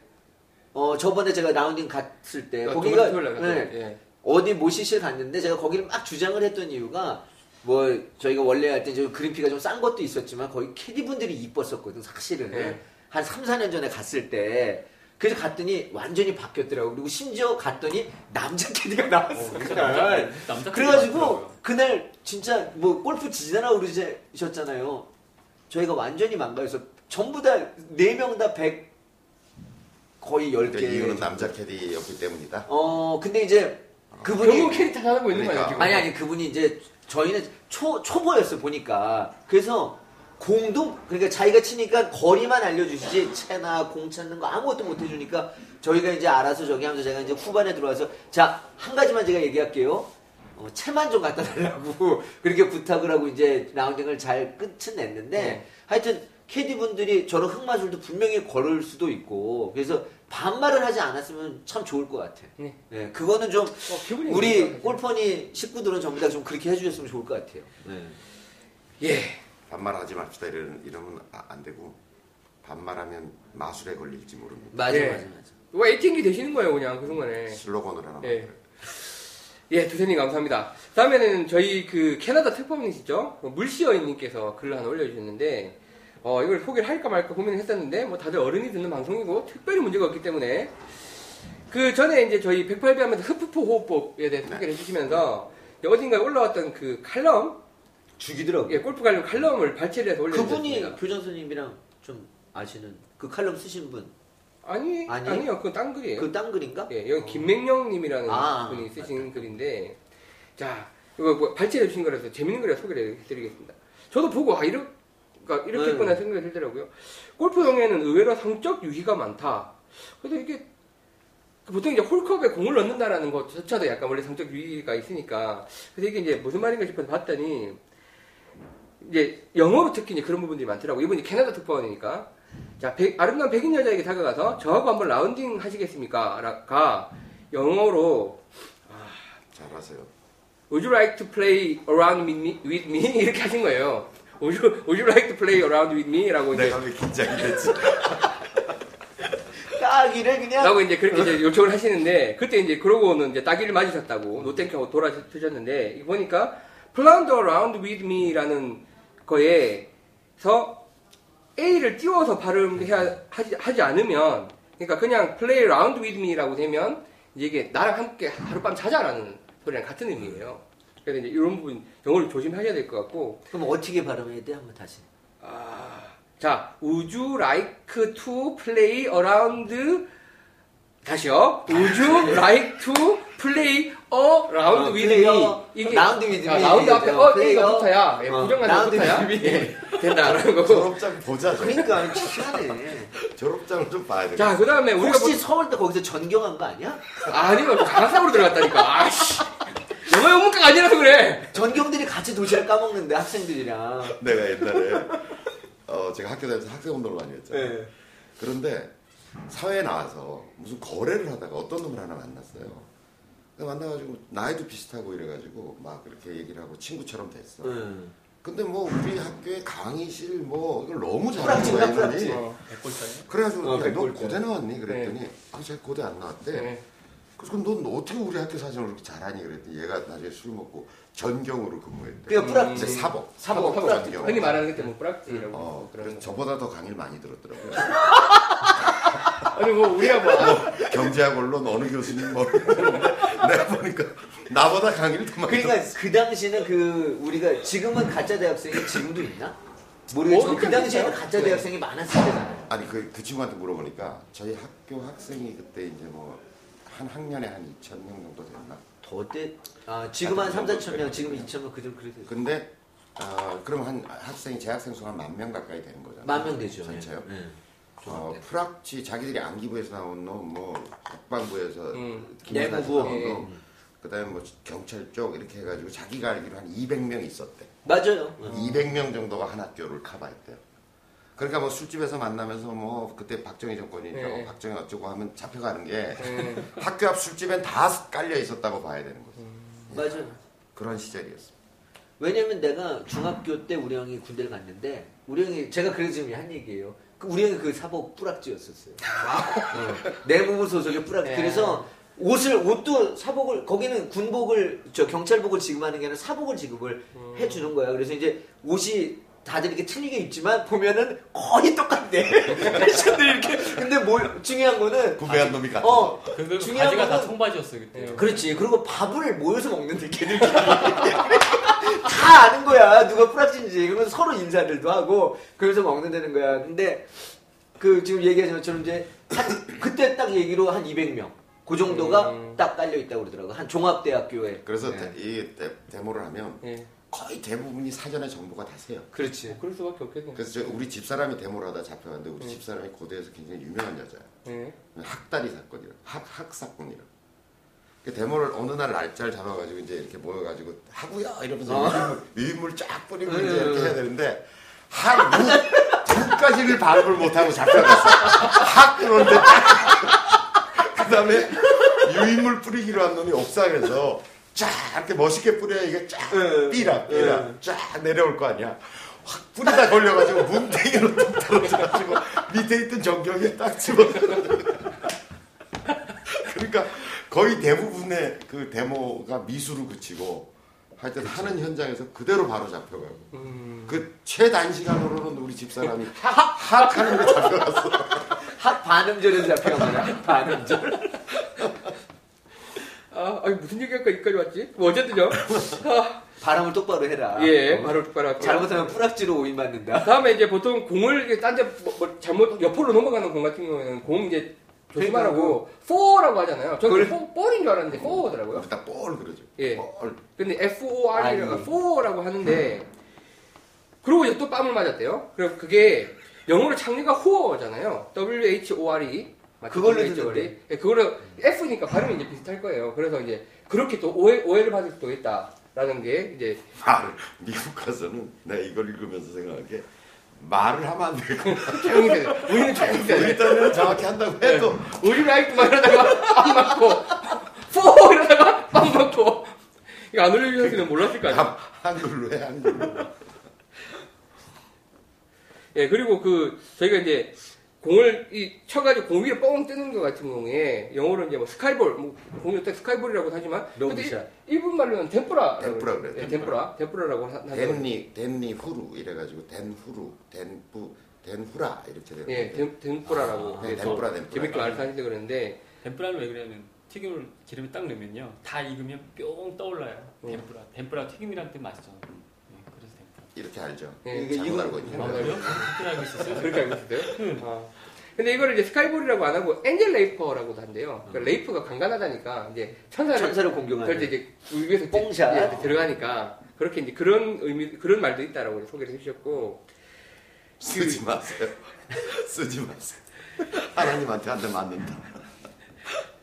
Speaker 2: 어 저번에 제가 라운딩 갔을 때
Speaker 1: 아,
Speaker 2: 거기가
Speaker 1: 토요일 날 갔다
Speaker 2: 네,
Speaker 1: 왔죠. 예.
Speaker 2: 어디 모시실 갔는데 제가 거기를 막 주장을 했던 이유가 뭐 저희가 원래 할 때 그린피가 좀 싼 것도 있었지만 거의 캐디분들이 이뻤었거든 사실은
Speaker 1: 네.
Speaker 2: 한 3, 4년 전에 갔을 때 그래서 갔더니 완전히 바뀌었더라고. 그리고 심지어 갔더니 남자 캐디가 나왔어.
Speaker 1: 그러니까.
Speaker 2: 그날.
Speaker 4: 남자
Speaker 2: 그래가지고 그날 진짜 뭐 골프 지나라고 그러셨잖아요. 저희가 완전히 망가져서 전부 다 네 명 다 100, 거의
Speaker 3: 그
Speaker 1: 네,
Speaker 2: 10개.
Speaker 3: 이유는 남자 캐디였기 때문이다.
Speaker 2: 어, 근데 이제
Speaker 1: 아, 결국
Speaker 2: 그분이.
Speaker 1: 캐릭터 하고 있는 거아니에
Speaker 3: 그러니까.
Speaker 1: 요 지금?
Speaker 2: 아니, 아니, 그분이 이제 저희는 초, 초보였어, 보니까. 그래서 공도, 그러니까 자기가 치니까 거리만 알려주시지, 채나 공 찾는 거 아무것도 못 해주니까 저희가 이제 알아서 저기 하면서 제가 이제 후반에 들어와서 자, 한 가지만 제가 얘기할게요. 어, 채만 좀 갖다 달라고 그렇게 부탁을 하고 이제 라운딩을 잘 끝은 냈는데
Speaker 1: 네.
Speaker 2: 하여튼 캐디분들이 저런 흑마술도 분명히 걸을 수도 있고 그래서 반말을 하지 않았으면 참 좋을 것 같아.
Speaker 1: 네.
Speaker 2: 네, 그거는 좀
Speaker 1: 어, 기분이
Speaker 2: 우리
Speaker 1: 좋을 것 같아요.
Speaker 2: 골퍼니 식구들은 전부 다 좀 그렇게 해주셨으면 좋을 것 같아요.
Speaker 1: 예.
Speaker 3: 반말하지 맙시다 이런 이러면 아- 안 되고 반말하면 마술에 걸릴지 모릅니다.
Speaker 2: 맞아,
Speaker 1: 예.
Speaker 2: 맞아, 맞아.
Speaker 1: 누가 ATM기 되시는 거예요, 그냥 그 순간에.
Speaker 3: 슬로건을 하나
Speaker 1: 예.
Speaker 3: 만들어요.
Speaker 1: 예, 두세님 감사합니다. 다음에는 저희 그 캐나다 특파원이시죠? 뭐 물시어님께서 글을 하나 올려주셨는데, 어, 이걸 소개를 할까 말까 고민을 했었는데, 뭐 다들 어른이 듣는 방송이고, 특별히 문제가 없기 때문에, 그 전에 이제 저희 108배 하면서 흡프포 호흡법에 대해서 소개를 해주시면서, 이제 어딘가에 올라왔던 그 칼럼,
Speaker 2: 죽이더라고.
Speaker 1: 예, 골프 관련 칼럼을 발췌를 해서 올려주셨습니다.
Speaker 2: 예, 그분이 교장 선생님이랑 좀 아시는 그 칼럼 쓰신 분,
Speaker 1: 아니,
Speaker 2: 아니에요?
Speaker 1: 아니, 요 그건 딴 글이에요.
Speaker 2: 그 딴 글인가?
Speaker 1: 예, 여기 김맹령님이라는
Speaker 2: 아,
Speaker 1: 분이 쓰신 글인데, 자, 이거 뭐 발췌해 주신 거라서 재밌는 글이라 소개를 해드리겠습니다. 저도 보고, 아, 이렇게, 그러니까 이렇게
Speaker 2: 네.
Speaker 1: 했구나 생각이 들더라고요. 골프 동에는 의외로 성적 유희가 많다. 그래서 이게, 그 보통 이제 홀컵에 공을 넣는다라는 것조차도 약간 원래 성적 유희가 있으니까, 그래서 이게 이제 무슨 말인가 싶어서 봤더니, 이제 영어로 특히 이제 그런 부분들이 많더라고요. 이분이 캐나다 특파원이니까. 자, 백- 아름다운 백인 여자에게 다가가서 저하고 한번 라운딩 하시겠습니까? 라가 영어로
Speaker 3: 잘하세요.
Speaker 1: Would you like to play around with me? with me? 이렇게 하신 거예요. Would you, would you like to play around with me? 라고 이제
Speaker 3: 내가 왜뭐 긴장이 됐지?
Speaker 2: 딱이래 그냥.
Speaker 1: 라고 이제 그렇게 이제 요청을 하시는데 그때 이제 그러고는 이제 따기를 맞으셨다고 노땡큐하고 돌아서셨는데 이거 보니까 플라운드 라운드 위드 미라는 거에서 A를 띄워서 발음해야 하지, 하지 않으면 그러니까 그냥 플레이 라운드 위드 미라고 되면 이제 이게 나랑 함께 하룻밤 자자라는 소리랑 같은 의미예요. 그래서 이제 이런 부분 영어를 조심하셔야 될 것 같고
Speaker 2: 그럼 어떻게 발음해야 돼? 한번 다시.
Speaker 1: 자, would you like to play around? 다시요. Would you like to play around
Speaker 2: 어,
Speaker 1: with
Speaker 2: play
Speaker 1: me?
Speaker 2: a- round with
Speaker 1: 아,
Speaker 2: me.
Speaker 1: 라운드 앞에
Speaker 2: 어,
Speaker 1: 어,
Speaker 2: play
Speaker 1: A가
Speaker 2: a-
Speaker 1: 붙어야. 예,
Speaker 2: 어,
Speaker 1: 부정관사
Speaker 2: round
Speaker 1: 붙어야.
Speaker 2: with
Speaker 1: 예, 된다라는 거고.
Speaker 3: 졸업장 보자. 저.
Speaker 2: 그러니까 희한해.
Speaker 3: 졸업장을 좀 봐야 돼.
Speaker 1: 자, 그 다음에 우리가
Speaker 2: 혹시 서울대 거기서 전경한 거 아니야?
Speaker 1: 보- 아니요, 강학사로 들어갔다니까. 아씨. 영어 영문과가 아니라서 그래.
Speaker 2: 전경들이 같이 도시락 까먹는데 학생들이랑.
Speaker 3: 내가 옛날에 어, 제가 학교 다니면서 학생 운동을 많이 했잖아요. 그런데 사회에 나와서 무슨 거래를 하다가 어떤 놈을 하나 만났어요. 근데 만나가지고 나이도 비슷하고 이래가지고 막 그렇게 얘기를 하고 친구처럼 됐어.
Speaker 2: 응.
Speaker 3: 근데 뭐 우리 학교에 강의실 뭐 이걸 너무 잘하는
Speaker 2: 뿌락치다,
Speaker 3: 거야 이러니.
Speaker 2: 뿌락치.
Speaker 4: 백골짜리
Speaker 3: 그래가지고
Speaker 2: 어,
Speaker 3: 야, 너
Speaker 2: 백골 때.
Speaker 3: 고대 나왔니? 그랬더니 아 제가 고대 안 나왔대.
Speaker 1: 네.
Speaker 3: 그래서 그럼 넌 어떻게 우리 학교 사진을 그렇게 잘하니? 그랬더니 얘가 나중에 술 먹고 전경으로 근무했대. 음.
Speaker 2: 그러니까 뿌락
Speaker 3: 이제 사법.
Speaker 2: 사법,
Speaker 3: 사법
Speaker 2: 뿌락
Speaker 3: 전경.
Speaker 1: 흔히 말하는 게 때문에 뿌락지라고.
Speaker 3: 어,
Speaker 1: 그런
Speaker 3: 그래서
Speaker 2: 그렇죠.
Speaker 1: 거.
Speaker 3: 저보다 더 강의를 많이 들었더라고요.
Speaker 1: 아니, 뭐, 우리가 뭐.
Speaker 3: 경제학 언론 어느 교수님 모르겠는데 내가 보니까 나보다 강의를 더 많이
Speaker 2: 그러니까 그 당시는 그 우리가 지금은 가짜 대학생이 지금도 있나? 모르겠지만 그
Speaker 1: 모르겠어요.
Speaker 2: 당시에는 가짜
Speaker 1: 네.
Speaker 2: 대학생이 많았을 때잖아요.
Speaker 3: 아니 그, 그 친구한테 물어보니까 저희 학교 학생이 그때 이제 뭐 한 학년에 한 2천 명 정도 됐나?
Speaker 2: 더대 아, 지금 한 3,
Speaker 3: 정도
Speaker 2: 4천 명, 지금
Speaker 3: 그래요.
Speaker 2: 2천 명, 그정 그래도
Speaker 3: 근데 아, 그럼 한 학생이 재학생 수가 한 만 명 가까이 되는 거잖아요.
Speaker 2: 만명 되죠.
Speaker 3: 전체요.
Speaker 2: 예. 예.
Speaker 3: 어, 프락치 자기들이 안기부에서 나온 놈, 뭐 국방부에서
Speaker 1: 음.
Speaker 3: 김여사
Speaker 2: 내부부.
Speaker 3: 나온
Speaker 1: 예.
Speaker 3: 놈, 그다음에 뭐 경찰 쪽 이렇게 해가지고 자기가 알기로 한 200명 있었대.
Speaker 2: 맞아요.
Speaker 3: 200명 정도가 한 학교를 커버했대요. 그러니까 뭐 술집에서 만나면서 뭐 그때 박정희 정권이니까
Speaker 2: 예.
Speaker 1: 네.
Speaker 3: 뭐 박정희 어쩌고 하면 잡혀가는 게
Speaker 1: 예.
Speaker 2: 네.
Speaker 3: 학교 앞 술집엔 다 깔려 있었다고 봐야 되는 거죠.
Speaker 2: 맞아요.
Speaker 3: 그런 시절이었습니다.
Speaker 2: 왜냐면 내가 중학교 때 우리 형이 군대를 갔는데 우리 형이 제가 그래서 지금 한 얘기예요. 그 우리 형이 그 사복 뿌락지였었어요. 어, 내무부 소속의 뿌락지.
Speaker 1: 네.
Speaker 2: 그래서 옷을 옷도 사복을 거기는 군복을 저 경찰복을 지급하는 게 아니라 사복을 지급을 해주는 거야. 그래서 이제 옷이 다들 이렇게 틀리게 입지만 보면은 거의 똑같대. 패션들이 이렇게. 근데 뭘 중요한 거는
Speaker 3: 구매한 놈이 같은
Speaker 2: 어
Speaker 4: 그리고
Speaker 2: 중요한
Speaker 4: 바지가 다
Speaker 2: 거는- 네.
Speaker 4: 청바지였어요 그때.
Speaker 2: 그렇지. 그리고 밥을 모여서 먹는데 걔들끼리 다 아는 거야. 누가 프라친지. 그러면서 서로 인사들도 하고 그래서 먹는다는 거야. 근데 그 지금 얘기하신 것처럼 이제 한- 그때 딱 얘기로 한 200명 그 정도가
Speaker 1: 음.
Speaker 2: 딱 깔려 있다고 그러더라고. 한 종합대학교에.
Speaker 3: 그래서
Speaker 2: 네.
Speaker 3: 데- 이 데, 모를 하면
Speaker 1: 예.
Speaker 3: 거의 대부분이 사전에 정보가 다세요.
Speaker 2: 그렇지.
Speaker 1: 뭐 그럴 수밖에 없겠네요.
Speaker 3: 그래서 저 우리 집사람이 데모를 하다 잡혀갔는데 우리 집사람이 고대에서 굉장히 유명한 여자야.
Speaker 1: 예.
Speaker 3: 학다리 사건이라고 학, 학 사건이라고 그 데모를 어느 날 날짜를 잡아가지고 이제 이렇게 모여가지고 하고요
Speaker 1: 어.
Speaker 3: 이러면서 유인물 쫙 뿌리고
Speaker 1: 예,
Speaker 3: 이제 이렇게 해야 되는데 학무까지를 발음을 못하고 잡혀갔어 학 그런데 그 다음에 유인물 뿌리기로 한 놈이 옥상에서 쫙 이렇게 멋있게 뿌려야 이게 쫙
Speaker 2: 예.
Speaker 3: 삐라 삐라 쫙 내려올 거 아니야 확 뿌리다 걸려가지고 뭉탱이로 뚝 떨어져가지고 밑에 있던 정경이 딱 집어들어 그러니까 거의 대부분의 그 데모가 미수로 그치고 하여튼 하는 현장에서 그대로 바로 잡혀가고 그 최단시간으로는 우리 집사람이 하악 하는 게 잡혀갔어
Speaker 2: 학 반음절에서 잡혀간 거야. 반음절.
Speaker 1: 아, 아니, 무슨 얘기할까 여기까지 왔지? 뭐 어쨌든요. 아,
Speaker 2: 발음을 똑바로 해라.
Speaker 1: 예,
Speaker 2: 어?
Speaker 1: 바로 바로 할게요.
Speaker 2: 잘못하면 뿌락지로 오인받는다.
Speaker 1: 다음에 이제 보통 공을 딴데 뭐 잘못 옆으로 넘어가는 공 같은 경우에는 공 이제 조심하라고 포라고 하잖아요. 저는
Speaker 2: 그걸-
Speaker 1: 포, 볼인 줄 알았는데 포더라고요.
Speaker 3: 우리 뭐 딱뻘 그러죠
Speaker 1: 예.
Speaker 3: 뻘
Speaker 1: 근데 F O R
Speaker 2: 아이고.
Speaker 1: 이라고 포라고 하는데 그리고 이제 또 뺨을 맞았대요. 그럼 그게 영어로 장르가 호어잖아요. W H O R E
Speaker 2: 그걸로
Speaker 1: 이 E. 예, 그거를 F니까 발음이 이제 비슷할 거예요. 그래서 이제 그렇게 또 오해, 오해를 받을 수도 있다라는 게 이제
Speaker 3: 말을 미국 가서는 내가 이걸 읽으면서 생각한 게 말을 하면 안 되고
Speaker 1: 조용히 되요 우리는 조용히 되요 예,
Speaker 3: 일단은 정확히 한다고 해도
Speaker 1: 우리 라이프 막 이러다가 빵 맞고 포 이러다가 빵 맞고 이거 안 올려주셨으면 몰랐을 거 아니야
Speaker 3: 남- 한글로 해 한글로
Speaker 1: 예 그리고 그 저희가 이제 공을 이 쳐가지고 공 위에 뻥 뜨는 것 같은 경우에 영어로 이제 뭐 스카이볼 뭐 공이 때 스카이볼이라고 하지만 근데
Speaker 2: 로브샷.
Speaker 1: 일- 일본 말로는 덴뿌라
Speaker 3: 덴뿌라 그래요,
Speaker 1: 예, 덴뿌라 덴뿌라라고 하- 하는
Speaker 3: 댄니 댄니 후루 이래가지고 댄 후루 댄부 댄 후라 이렇게 되는
Speaker 1: 예 덴- 덴뿌라라고
Speaker 3: 네, 덴뿌라, 덴뿌라.
Speaker 1: 재밌게 말씀하시는데 그랬는데
Speaker 4: 덴프라를 왜 그러냐면 튀김을 기름에 딱 넣으면요 다 익으면 뿅 떠올라요
Speaker 2: 어.
Speaker 4: 덴프라 덴프라 튀김이란 뜻 맛있잖아요 네, 그래서 덴프라
Speaker 3: 이렇게 알죠
Speaker 1: 예.
Speaker 2: 이게
Speaker 3: 잘못
Speaker 2: 이거-
Speaker 3: 알고 있는
Speaker 1: 아,
Speaker 3: 거예요.
Speaker 1: 그래요?
Speaker 4: 그렇게 알고 있었어요
Speaker 1: 그렇게 알고 있었어요? 아. 근데 이거를 이제 스카이볼이라고 안 하고 엔젤 레이퍼라고도 한대요. 그러니까 레이프가 강간하다니까 이제 천사를
Speaker 2: 음. 천사를
Speaker 1: 그럴 때
Speaker 2: 공경하는.
Speaker 1: 이제 위에서 이제
Speaker 2: 뽕샷.
Speaker 1: 이제 들어가니까 그렇게 이제 그런 의미 그런 말도 있다라고 소개를 해주셨고
Speaker 3: 쓰지 마세요 쓰지 마세요 하나님한테 한 대 맞는다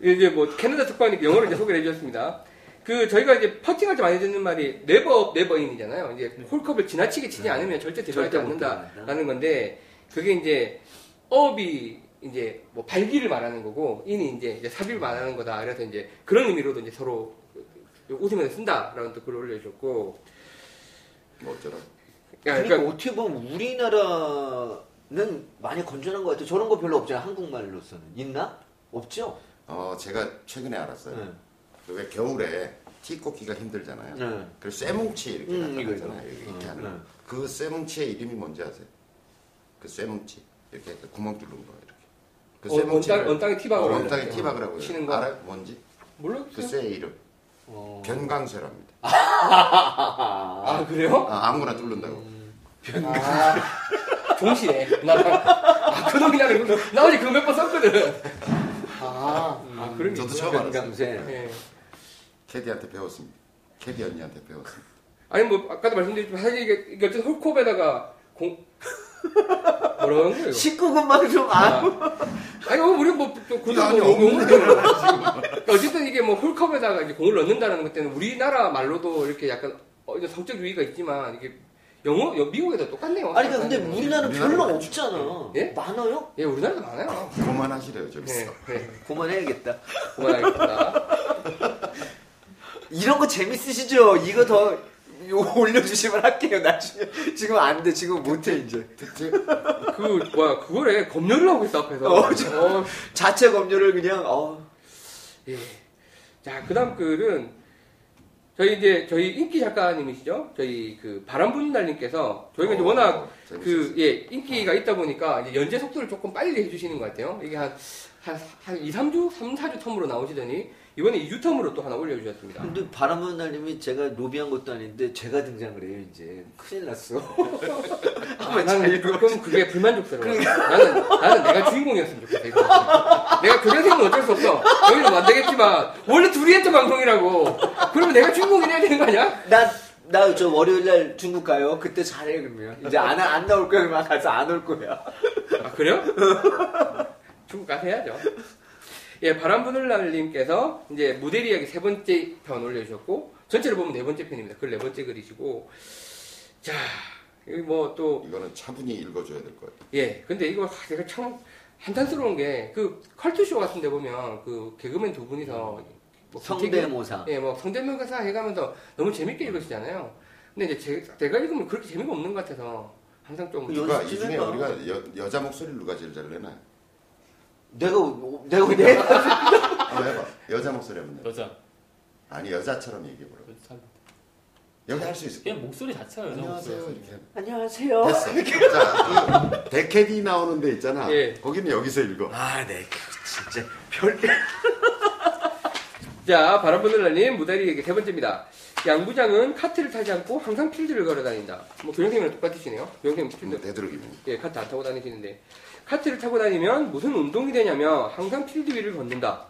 Speaker 1: 이제 뭐 캐나다 특파원이 영어로 이제 소개를 해주셨습니다. 그 저희가 이제 퍼팅할 때 많이 듣는 말이 네버 네버인이잖아요. 이제 홀컵을 지나치게 치지 않으면 절대 들어가지
Speaker 2: 절대 못
Speaker 1: 않는다라는 건데 그게 이제 업이 이제 뭐 발기를 말하는 거고 인이 이제, 이제 삽입을 말하는 거다. 그래서 이제 그런 의미로도 이제 서로 웃으면서 쓴다라는 또 글을 올려주셨고
Speaker 3: 뭐 어쩌라고
Speaker 1: 야,
Speaker 2: 그러니까 어떻게 보면 우리나라는 많이 건전한 것 같아요. 저런 거 별로 없잖아요. 한국말로서는 있나? 없죠.
Speaker 3: 어 제가 최근에 알았어요
Speaker 2: 네.
Speaker 3: 왜 겨울에 티 꽂기가 힘들잖아요
Speaker 2: 네.
Speaker 3: 그래서 쇠뭉치 이렇게
Speaker 2: 음,
Speaker 3: 갖다
Speaker 2: 이거,
Speaker 3: 놨잖아요.
Speaker 2: 이거.
Speaker 3: 이렇게
Speaker 2: 어,
Speaker 3: 하는
Speaker 1: 음.
Speaker 2: 네.
Speaker 3: 그 쇠뭉치의 이름이 뭔지 아세요? 그 쇠뭉치 이렇게 해서 구멍 뚫는 거 이렇게. 그
Speaker 1: 어, 원땅- 원땅에 티박을
Speaker 3: 어, 원땅에
Speaker 1: 하는
Speaker 3: 티박을 하고
Speaker 1: 치는
Speaker 3: 치는
Speaker 1: 거. 그렇죠.
Speaker 3: 거 알아요? 뭔지? 그
Speaker 1: 몰랐어요.
Speaker 3: 쇠의 이름
Speaker 2: 어.
Speaker 3: 음. 변광쇠랍니다.
Speaker 2: 아, 음.
Speaker 1: 아 그래요?
Speaker 3: 아, 아무거나 뚫는다고.
Speaker 1: 아, 동시에 나아 그놈이 나는 그거- 나 어제 그거 몇 번 썼거든. 아, 아 그런 게
Speaker 3: 저도
Speaker 1: 있구나.
Speaker 3: 처음 알았어요.
Speaker 2: 변감세.
Speaker 1: 예.
Speaker 3: 캐디한테 배웠습니다. 캐디 언니한테 배웠습니다.
Speaker 1: 아니 뭐 아까도 말씀드렸지만 사실 이게, 이게 어쨌든 홀컵에다가 공 뭐라는 거예요?
Speaker 2: 19금만 네. 좀 아.
Speaker 1: 아. 아니 어, 우리 뭐 또, 그냥
Speaker 3: 아니,
Speaker 1: 뭐
Speaker 3: 없는
Speaker 1: 용을 그러니까 어쨌든 이게 뭐 홀컵에다가 이제 공을 넣는다라는 것 때는 우리나라 말로도 이렇게 약간 어, 이제 성적 유의가 있지만 이게 영어 여- 미국에도 똑같네요.
Speaker 2: 아니 그러니까 근데
Speaker 1: 약간.
Speaker 2: 우리나라는 별로
Speaker 3: 우리나라는
Speaker 2: 없잖아.
Speaker 1: 예?
Speaker 2: 많아요?
Speaker 1: 예 우리나라도 많아요.
Speaker 3: 그만하시래요 저기서.
Speaker 1: 네, 네.
Speaker 2: 그만해야겠다.
Speaker 1: 고만하겠습니다.
Speaker 2: 이런 거 재밌으시죠? 이거 더 요- 올려주시면 할게요. 나중에 지금 안 돼. 지금 못해 이제.
Speaker 3: 특집
Speaker 1: 그 뭐야 그거래 검열을 하고 있어 앞에서.
Speaker 2: 어, 저-
Speaker 1: 어,
Speaker 2: 자체 검열을 그냥 어.
Speaker 1: 예. 자 그다음 글은 저희 이제 저희 인기 작가님이시죠? 저희 그 바람 부는 날님께서 저희가
Speaker 2: 어,
Speaker 1: 이제 워낙
Speaker 3: 어,
Speaker 1: 그, 예, 인기가 있다 보니까 이제 연재 속도를 조금 빨리 해주시는 것 같아요. 이게 한, 한, 한 2, 3주? 3, 4주 텀으로 나오시더니, 이번에 2주 텀으로 또 하나 올려주셨습니다.
Speaker 2: 근데 바람은 날님이 제가 로비한 것도 아닌데 제가 등장을 해요 이제 큰일 났어. 한번 잘
Speaker 1: 나는
Speaker 2: 읽어.
Speaker 1: 그럼 그게 불만족스러워. 나는, 나는 내가 주인공이었으면 좋겠다, 이거. 내가 그생은 어쩔 수 없어. 여기는 뭐 안 되겠지만, 원래 둘이 했던 방송이라고. 그러면 내가 주인공이 해야 되는 거 아니야?
Speaker 2: 나나 저 월요일 날 중국 가요. 그때 잘해 그러면 이제 안 안 나올 거야 막 가서 안 올 거야.
Speaker 1: 아, 그래요? 중국 가서 해야죠. 예, 바람 부는 날님께서 이제 모델 이야기 세 번째 편 올려주셨고, 전체를 보면 네 번째 편입니다. 글 네 번째 글이시고, 자, 여기 뭐 또,
Speaker 3: 이거는 차분히 읽어줘야 될 거예요.
Speaker 1: 예, 근데 이거 하, 내가 참 한탄스러운 게, 그, 컬투쇼 같은 데 보면, 그, 개그맨 두 분이서, 뭐
Speaker 2: 음. 성대모사.
Speaker 1: 예, 뭐 성대명사 해가면서 너무 재밌게 읽으시잖아요. 근데 이제 제, 내가 읽으면 그렇게 재미가 없는 것 같아서, 항상 좀,
Speaker 2: 그
Speaker 3: 누가
Speaker 2: 연습
Speaker 3: 이
Speaker 2: 좀
Speaker 3: 중에
Speaker 2: 해봐.
Speaker 3: 우리가 여, 여자 목소리를 누가 제일 잘 내나?
Speaker 2: 내가 내가 내
Speaker 3: 한번 해봐. 여자 목소리 한번 내.
Speaker 4: 여자.
Speaker 3: 아니 여자처럼 얘기해 보라.
Speaker 4: 여자.
Speaker 3: 여기 할 수 있을 거야.
Speaker 4: 그냥 목소리 자체가 여자
Speaker 3: 안녕하세요 어,
Speaker 4: 목소리.
Speaker 3: 이렇게.
Speaker 2: 안녕하세요.
Speaker 3: 됐어. 자, 그 데캐디 나오는 데 있잖아.
Speaker 1: 예.
Speaker 3: 거기는 여기서 읽어.
Speaker 2: 아, 네, 그 진짜 별게.
Speaker 1: 자, 바람부들라님 무다리에게 세 번째입니다. 양부장은 카트를 타지 않고 항상 필드를 걸어 다닌다. 뭐 교영생이랑 똑같으시네요. 교영생
Speaker 3: 음,
Speaker 1: 필드
Speaker 3: 되도록이면.
Speaker 1: 예 카트 안 타고 다니시는데 카트를 타고 다니면 무슨 운동이 되냐며 항상 필드 위를 걷는다.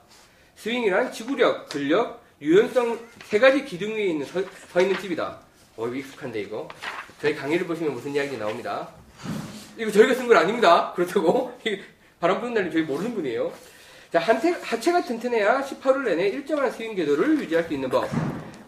Speaker 1: 스윙이란 지구력, 근력, 유연성 세 가지 기둥 위에 있는 서, 서 있는 집이다. 어 이거 익숙한데 이거 저희 강의를 보시면 무슨 이야기 나옵니다. 이거 저희가 쓴 건 아닙니다. 그렇다고 이 바람 부는 날이 저희 모르는 분이에요. 자, 한테, 하체가 튼튼해야 18홀 내내 일정한 스윙 궤도를 유지할 수 있는 법.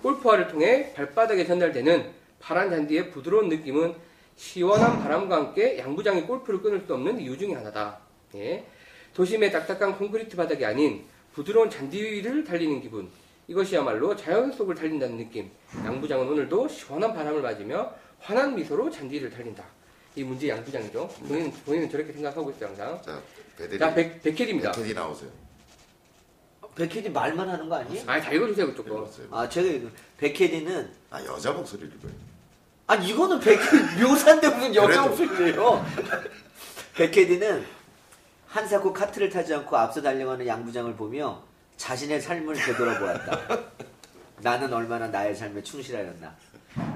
Speaker 1: 골프화를 통해 발바닥에 전달되는 파란 잔디의 부드러운 느낌은 시원한 바람과 함께 양부장이 골프를 끊을 수 없는 이유 중에 하나다. 예. 도심의 딱딱한 콘크리트 바닥이 아닌 부드러운 잔디 위를 달리는 기분. 이것이야말로 자연 속을 달린다는 느낌. 양부장은 오늘도 시원한 바람을 맞으며 환한 미소로 잔디를 달린다. 이 문제 양부장이죠. 본인은, 본인은 저렇게 생각하고 있어요, 항상.
Speaker 3: 자, 배대리.
Speaker 1: 자, 백, 백혜리입니다.
Speaker 3: 데캐디 나오세요.
Speaker 2: 백혜디 말만 하는 거 아니에요?
Speaker 1: 아, 다 읽어주세요,
Speaker 3: 그
Speaker 1: 조금.
Speaker 3: 읽었어요.
Speaker 2: 아, 제가 이거 백혜디는
Speaker 3: 아 여자 목소리 읽어요.
Speaker 2: 아니 이거는 백혜디 묘사인데 무슨 여자
Speaker 3: 그래도.
Speaker 2: 목소리예요? 백혜디는 한사코 카트를 타지 않고 앞서 달려가는 양부장을 보며 자신의 삶을 되돌아보았다. 나는 얼마나 나의 삶에 충실하였나.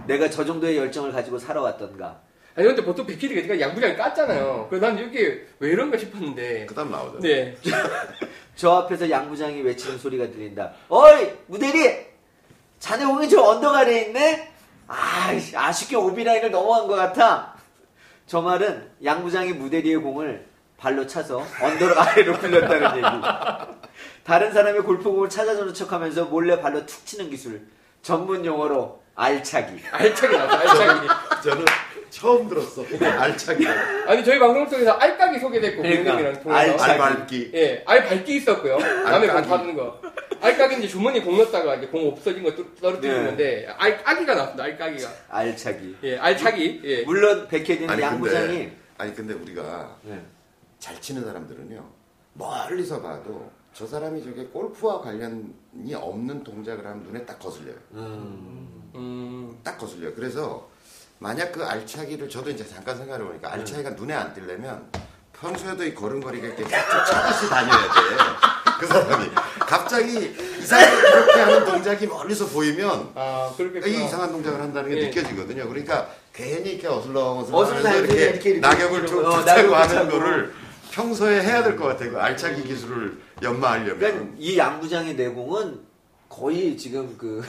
Speaker 2: 내가 저 정도의 열정을 가지고 살아왔던가.
Speaker 1: 아니, 근데 보통 백키리가 제가 양부장이 깠잖아요. 그래서 난 여기 왜 이런가 싶었는데.
Speaker 3: 그다음 나오죠.
Speaker 1: 네.
Speaker 2: 저 앞에서 양부장이 외치는 소리가 들린다. 어이 무대리, 자네 오이저 언덕 아래 있네. 아이씨, 아쉽게 오비라인을 넘어간 것 같아. 저 말은 양부장이 무대리의 공을 발로 차서 언덕 아래로 굴렸다는 얘기. 다른 사람의 골프공을 찾아주는 척하면서 몰래 발로 툭 치는 기술. 전문 용어로 알차기.
Speaker 1: 알차게 나왔어, 알차게.
Speaker 3: 저는 처음 네. 들었어. 알차게.
Speaker 1: 아니, 저희 방송 속에서 알까기 소개됐고,
Speaker 2: 그러니까,
Speaker 1: 고객님이랑 통해서.
Speaker 2: 알차기.
Speaker 3: 알발기.
Speaker 1: 예, 알 밝기 있었고요. 남의 반
Speaker 3: 알까기.
Speaker 1: 받는 거. 알까기 이제 주머니 공 넣었다가 이제 공 없어진 거 뚫- 떨어뜨리는
Speaker 2: 네.
Speaker 1: 건데, 알, 까기가 나왔습니다, 알까기가.
Speaker 2: 알차기.
Speaker 1: 예, 알차기. 예.
Speaker 2: 물론
Speaker 3: 그
Speaker 2: 백혜진은 양부장이
Speaker 3: 근데 아니 근데 우리가
Speaker 2: 네.
Speaker 3: 잘 치는 사람들은요 멀리서 봐도 저 사람이 저게 골프와 관련이 없는 동작을 하면 눈에 딱 거슬려요.
Speaker 1: 음,
Speaker 3: 딱 거슬려요. 그래서 만약 그 알차기를 저도 이제 잠깐 생각해
Speaker 2: 네.
Speaker 3: 보니까 알차기가 눈에 안 띄려면 평소에도 이 걸음걸이가 이렇게 차듯이 다녀야 돼. 그 사람이 갑자기 이상하게 이렇게 하는 동작이 멀리서 보이면
Speaker 1: 아, 그렇게.
Speaker 2: 그러니까.
Speaker 3: 이 이상한 동작을 한다는 게
Speaker 1: 예.
Speaker 3: 느껴지거든요. 그러니까 괜히 이렇게
Speaker 2: 네. 어슬렁
Speaker 3: 어슬렁어슬렁하면서
Speaker 2: 이렇게
Speaker 3: 이렇게,
Speaker 2: 이렇게
Speaker 3: 낙엽을
Speaker 2: 이렇게
Speaker 3: 쭉
Speaker 2: 어,
Speaker 3: 차고
Speaker 2: 낙엽을
Speaker 3: 하는
Speaker 2: 차고. 음.
Speaker 3: 거를 평소에 해야 될 것 같아요. 그 알차기 기술을 연마하려면.
Speaker 2: 그러니까 이 양부장의 내공은 거의 지금 그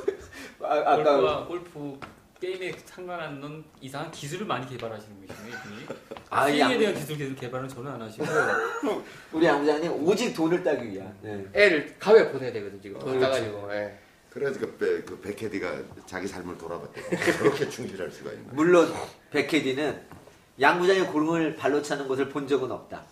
Speaker 2: 아, 아까
Speaker 4: 골프와 골프 게임에 상관없는 이상한 기술을 많이 개발하시는 분이시네요, 이분이.
Speaker 2: 아, 이
Speaker 4: 스윙에
Speaker 2: 양-
Speaker 4: 대한 기술 계속 개발은 전혀 안 하시고
Speaker 2: 우리 양부장님 오직 돈을 따기 위한. 네.
Speaker 1: 애를 가외 보내야 되거든, 지금. 돈 따가지고. 예.
Speaker 3: 그래서 그, 백- 그 백헤디가 자기 삶을 돌아봤대요. 그렇게 충실할 수가 있나.
Speaker 2: 물론 백헤디는 양부장의 골문을 발로 차는 것을 본 적은 없다.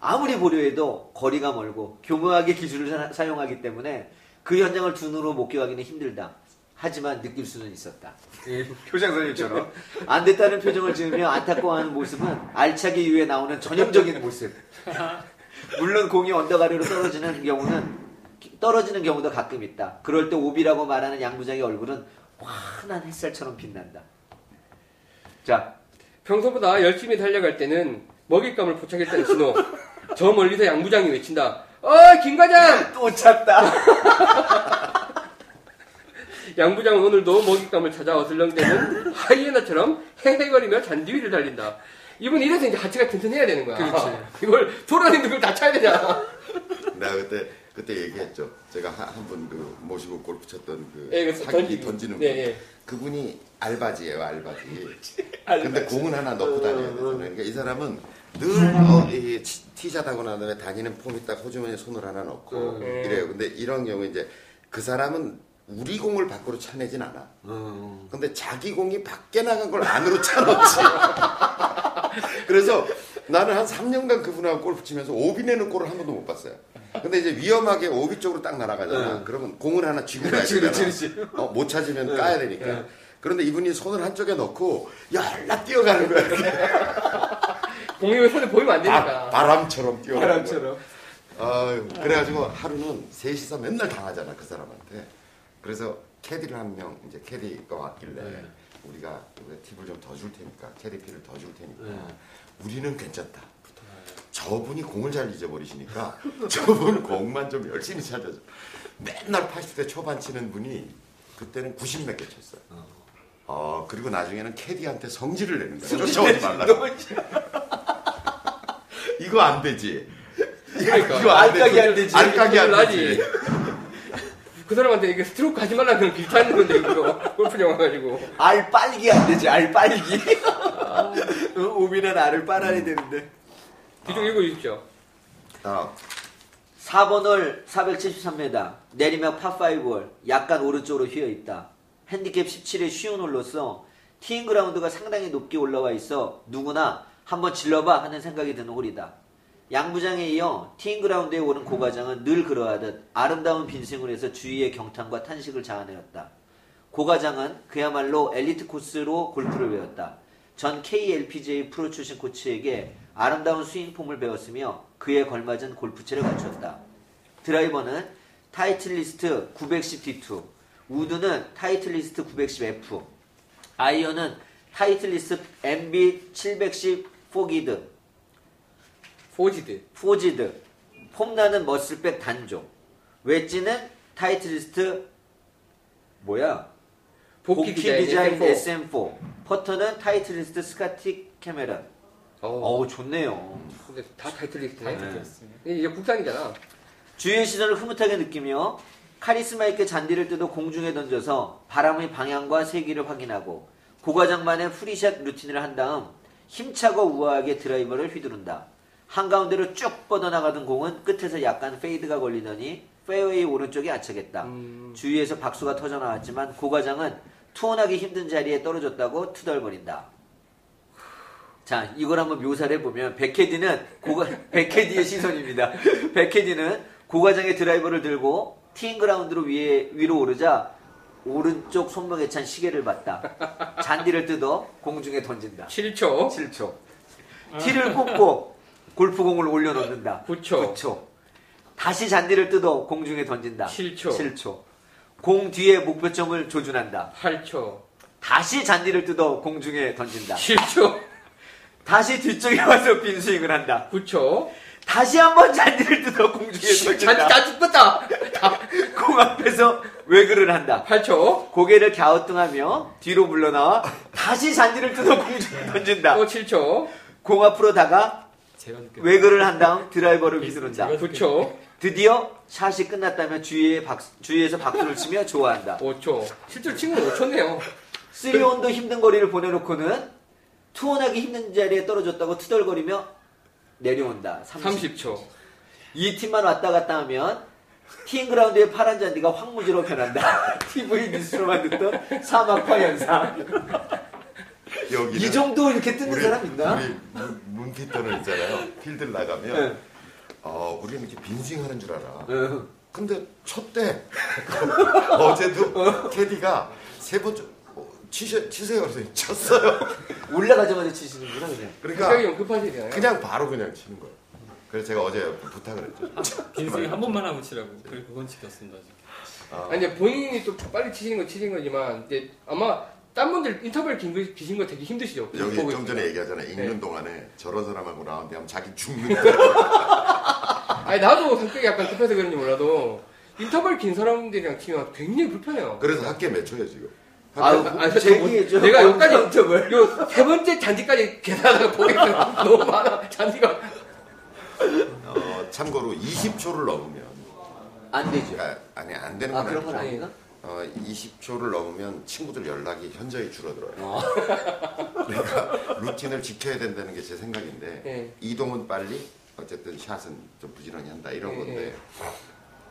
Speaker 2: 아무리 보려 해도 거리가 멀고 교묘하게 기술을 사- 사용하기 때문에 그 현장을 두 눈으로 목격하기는 힘들다. 하지만 느낄 수는 있었다. 교장 예, 선생님처럼 안 됐다는 표정을 지으며 안타까워하는 모습은 알차기 이후에 나오는 전형적인 모습. 물론 공이 언덕 아래로 떨어지는 경우는 떨어지는 경우도 가끔 있다. 그럴 때 오비라고 말하는 양 부장의 얼굴은 환한 햇살처럼 빛난다. 자,
Speaker 1: 평소보다 열심히 달려갈 때는 먹잇감을 포착했다는 신호. 저 멀리서 양부장이 외친다. 어, 김과장!
Speaker 2: 또 찾다.
Speaker 1: 양부장은 오늘도 먹잇감을 찾아 어슬렁대는 하이에나처럼 헤헤거리며 잔디 위를 달린다. 이분 이래서 이제 하체가 튼튼해야 되는 거야.
Speaker 4: 그렇지.
Speaker 1: 이걸 돌아다니는 걸 다 차야 되잖아.
Speaker 3: 내가 그때 그때 얘기했죠. 제가 한 분 그 모시고 골프 쳤던 그
Speaker 1: 예, 그래서
Speaker 3: 사기
Speaker 1: 던지기.
Speaker 3: 던지는 분.
Speaker 1: 예, 예.
Speaker 3: 그분이 알바지예요, 알바지.
Speaker 1: 아,
Speaker 3: 근데 공은 하나
Speaker 1: 어,
Speaker 3: 넣고 다녀야 돼요. 그러니까 이 사람은 늘 어, 이 치- 티샷하고 난 다음에 다니는 폼이 딱 호주머니에 손을 하나 넣고
Speaker 1: 음.
Speaker 3: 이래요. 근데 이런 경우에 이제 그 사람은 우리 공을 밖으로 차내진 않아. 근데 자기 공이 밖에 나간 걸 안으로 차놓지. 그래서 나는 한 3년간 그분하고 골프 치면서 오비 내는 골을 한 번도 못 봤어요. 근데 이제 위험하게 오비 쪽으로 딱 날아가잖아. 그러면 공을 하나 쥐고 가야 되잖아. 어, 못 찾으면 까야 되니까. 그런데 이분이 손을 한쪽에 넣고 열락 뛰어가는 거야. 이렇게.
Speaker 1: 공이 손에 보이면 안 되니까.
Speaker 3: 바, 바람처럼 뛰어가는 거야. 아유, 그래가지고 하루는 셋이서 맨날 당하잖아 그 사람한테. 그래서 캐디를 한 명 이제 캐디가 왔길래 우리가 이번에 팁을 좀 더 줄 테니까 캐디 피를 더 줄 테니까
Speaker 2: 네.
Speaker 3: 우리는 괜찮다. 저분이 공을 잘 잊어버리시니까 저분 공만 좀 열심히 찾아줘. 맨날 80대 초반 치는 분이 그때는 90 몇 개 쳤어요. 어 그리고 나중에는 캐디한테 성질을 내는 거야. 쫓아오지 말라고. 이거 안 되지.
Speaker 1: 그러니까.
Speaker 3: 이거 안
Speaker 2: 알까기
Speaker 3: 되지.
Speaker 2: 안 되지.
Speaker 3: 알까기 안
Speaker 1: 나지.
Speaker 3: 되지.
Speaker 1: 그 사람한테 이게 스트로크 하지 말라 그런 비슷한 건데 이거 골프 영화 가지고.
Speaker 2: 알 빨기 안 되지, 알 빨기.
Speaker 3: 아.
Speaker 2: 어, 오비는 알을 빨아야 되는데.
Speaker 1: 뒤쪽 읽어주십시오.
Speaker 3: 아,
Speaker 2: 4번홀 473m 내리막 파5홀 약간 오른쪽으로 휘어 있다. 핸디캡 17의 쉬운 홀로서 티인 그라운드가 상당히 높게 올라와 있어 누구나 한번 질러봐 하는 생각이 드는 홀이다. 양부장에 이어 티인 그라운드에 오는 고과장은 늘 그러하듯 아름다운 빈승을 해서 주위의 경탄과 탄식을 자아내었다. 고과장은 그야말로 엘리트 코스로 골프를 배웠다. 전 KLPGA 프로 출신 코치에게 아름다운 스윙폼을 배웠으며 그에 걸맞은 골프채를 갖추었다. 드라이버는 타이틀리스트 910D2, 우드는 타이틀리스트 910F, 아이언은 타이틀리스트 MB 710 포기드,
Speaker 1: 포지드.
Speaker 2: 포지드, 폼나는 머슬백 단종, 웨지는 타이틀리스트 뭐야? 복귀 디자인
Speaker 1: SM4.
Speaker 2: SM4. 퍼터는 타이틀리스트 스카티 캐메런.
Speaker 1: 어,
Speaker 2: 어우 좋네요.
Speaker 1: 근데 다 타이틀리스트네.
Speaker 2: 네.
Speaker 1: 이게 국산이잖아.
Speaker 2: 주위의 시선을 흐뭇하게 느끼며 카리스마 있게 잔디를 뜯어 공중에 던져서 바람의 방향과 세기를 확인하고 고과장만의 프리샷 루틴을 한 다음 힘차고 우아하게 드라이버를 휘두른다. 한가운데로 쭉 뻗어나가던 공은 끝에서 약간 페이드가 걸리더니 페어웨이 오른쪽에 아차겠다.
Speaker 1: 음,
Speaker 2: 주위에서 박수가 터져나왔지만 고과장은 투혼하기 힘든 자리에 떨어졌다고 투덜거린다. 자, 이걸 한번 묘사를 해보면, 백헤디는, 고가, 백헤디의 시선입니다. 백헤디는 고과장의 드라이버를 들고, 티인 그라운드로 위에, 위로 오르자, 오른쪽 손목에 찬 시계를 봤다. 잔디를 뜯어 공중에 던진다.
Speaker 1: 7초.
Speaker 2: 7초. 티를 꽂고, 골프공을 올려놓는다.
Speaker 1: 구 초.
Speaker 2: 9초. 다시 잔디를 뜯어 공중에 던진다.
Speaker 1: 칠 초.
Speaker 2: 7초. 공 뒤에 목표점을 조준한다.
Speaker 1: 8초.
Speaker 2: 다시 잔디를 뜯어 공중에 던진다.
Speaker 1: 7초.
Speaker 2: 다시 뒤쪽에 와서 빈스윙을 한다.
Speaker 1: 9초.
Speaker 2: 다시 한번 잔디를 뜯어 공중에
Speaker 1: 잔디
Speaker 2: 던진다.
Speaker 1: 다 죽었다. 다.
Speaker 2: 공 앞에서 외그를 한다.
Speaker 1: 8초.
Speaker 2: 고개를 갸우뚱하며 뒤로 물러나와 다시 잔디를 뜯어 공중에 던진다.
Speaker 1: 또 7초.
Speaker 2: 공 앞으로 다가
Speaker 4: 제가 느껴.
Speaker 2: 외그를 한 다음 드라이버를 휘두른다.
Speaker 1: 9초.
Speaker 2: 드디어 샷이 끝났다며 주위에 박수- 주위에서 박수를 치며 좋아한다.
Speaker 1: 5초. 실제로 친구는 5초네요.
Speaker 2: 쓰리온도 힘든 거리를 보내놓고는 투혼하기 힘든 자리에 떨어졌다고 투덜거리며 내려온다. 30.
Speaker 1: 30초.
Speaker 2: 이 팀만 왔다 갔다 하면 티잉그라운드의 파란 잔디가 황무지로 변한다. TV 뉴스로만 듣던 사막화 현상.
Speaker 3: 여기는
Speaker 2: 이 정도 이렇게 뜯는
Speaker 3: 우리-
Speaker 2: 사람 있나?
Speaker 3: 우리 문- 문피터는 있잖아요. 필드를 나가면
Speaker 2: 예.
Speaker 3: 어, 우리는 이렇게 빈스윙하는 줄 알아.
Speaker 2: 응.
Speaker 3: 근데 첫때 어제도 캐디가 세 번째 어, 치세, 치세요 그래서 쳤어요.
Speaker 2: 올라가자마자 치시는구나 그냥.
Speaker 3: 그러니까
Speaker 1: 생각이 좀 급하시잖아요.
Speaker 3: 그냥 바로 그냥 치는 거예요. 그래서 제가 어제 부탁을 했죠.
Speaker 4: 빈승이 한 번만 하고 치라고. 그리고 그건 지켰습니다. 지금.
Speaker 3: 아,
Speaker 1: 아니, 이제 본인이 또 빨리 치시는 건 치신 거지만, 이제 아마 딴 분들 인터뷰를 긴 거- 기신 거 되게 힘드시죠?
Speaker 3: 여기
Speaker 1: 보고
Speaker 3: 좀
Speaker 1: 있으면.
Speaker 3: 전에 얘기하잖아요. 읽는
Speaker 1: 네.
Speaker 3: 동안에 저런 사람하고 라운드 하면 자기 죽는다.
Speaker 1: 아니, 나도 성격이 약간 급해서 그런지 몰라도, 인터벌 긴 사람들이랑 치면 굉장히 불편해요.
Speaker 3: 그래서 학계 몇 초예요 지금?
Speaker 2: 아유,
Speaker 1: 아,
Speaker 2: 뭐,
Speaker 1: 저-
Speaker 2: 제기해줘.
Speaker 1: 내가 여기까지-
Speaker 2: 점을.
Speaker 1: 요 세 번째 잔디까지 계산하다가 보겠어. 너무 많아. 잔디가.
Speaker 3: 어, 참고로 20초를 넘으면
Speaker 2: 안 되죠.
Speaker 3: 그러니까 아니 안 되는
Speaker 2: 아,
Speaker 3: 건
Speaker 2: 그런
Speaker 3: 아니고
Speaker 2: 건 아닌가?
Speaker 3: 어, 20초를 넘으면 친구들 연락이 현저히 줄어들어요.
Speaker 2: 어.
Speaker 3: 그러니까 루틴을 지켜야 된다는 게 제 생각인데
Speaker 1: 네.
Speaker 3: 이동은 빨리 어쨌든 샷은 좀 부지런히 한다 이런
Speaker 1: 네,
Speaker 3: 건데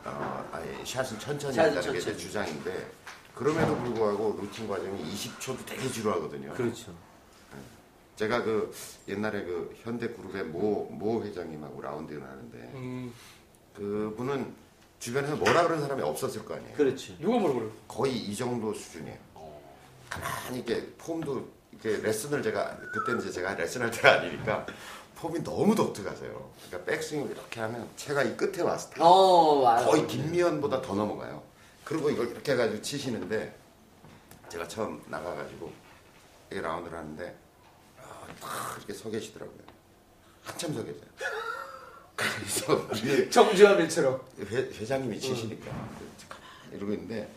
Speaker 3: 어, 아니 샷은 천천히
Speaker 2: 예, 샷은
Speaker 3: 한다는 게 제
Speaker 2: 천천히.
Speaker 3: 주장인데 그럼에도 불구하고 루틴 과정이 20초도 되게 지루하거든요.
Speaker 2: 그렇죠.
Speaker 3: 제가 그 옛날에 그 현대 그룹의 모, 모 회장님하고 라운딩을 하는데
Speaker 1: 음,
Speaker 3: 그분은 주변에서 뭐라 그런 사람이 없었을 거 아니에요.
Speaker 2: 그렇죠.
Speaker 1: 누가 뭐라 그래요?
Speaker 3: 거의 이 정도 수준이에요. 가만히 이렇게 폼도 이렇게 레슨을 제가 그때 이제 제가 레슨할 때가 아니니까 폼이 너무 독특하세요. 그러니까 백스윙을 이렇게 하면 체가 이 끝에 와서 다
Speaker 2: 어, 맞아.
Speaker 3: 거의 김미연보다 더 넘어가요. 그리고 이걸 이렇게 해가지고 치시는데 제가 처음 나가가지고 이 라운드를 하는데 아, 딱 이렇게 서 계시더라고요. 한참 서 계세요. 그래서 우리
Speaker 2: 정주화면처럼.
Speaker 3: 회, 회장님이 치시니까 가만히 이러고 있는데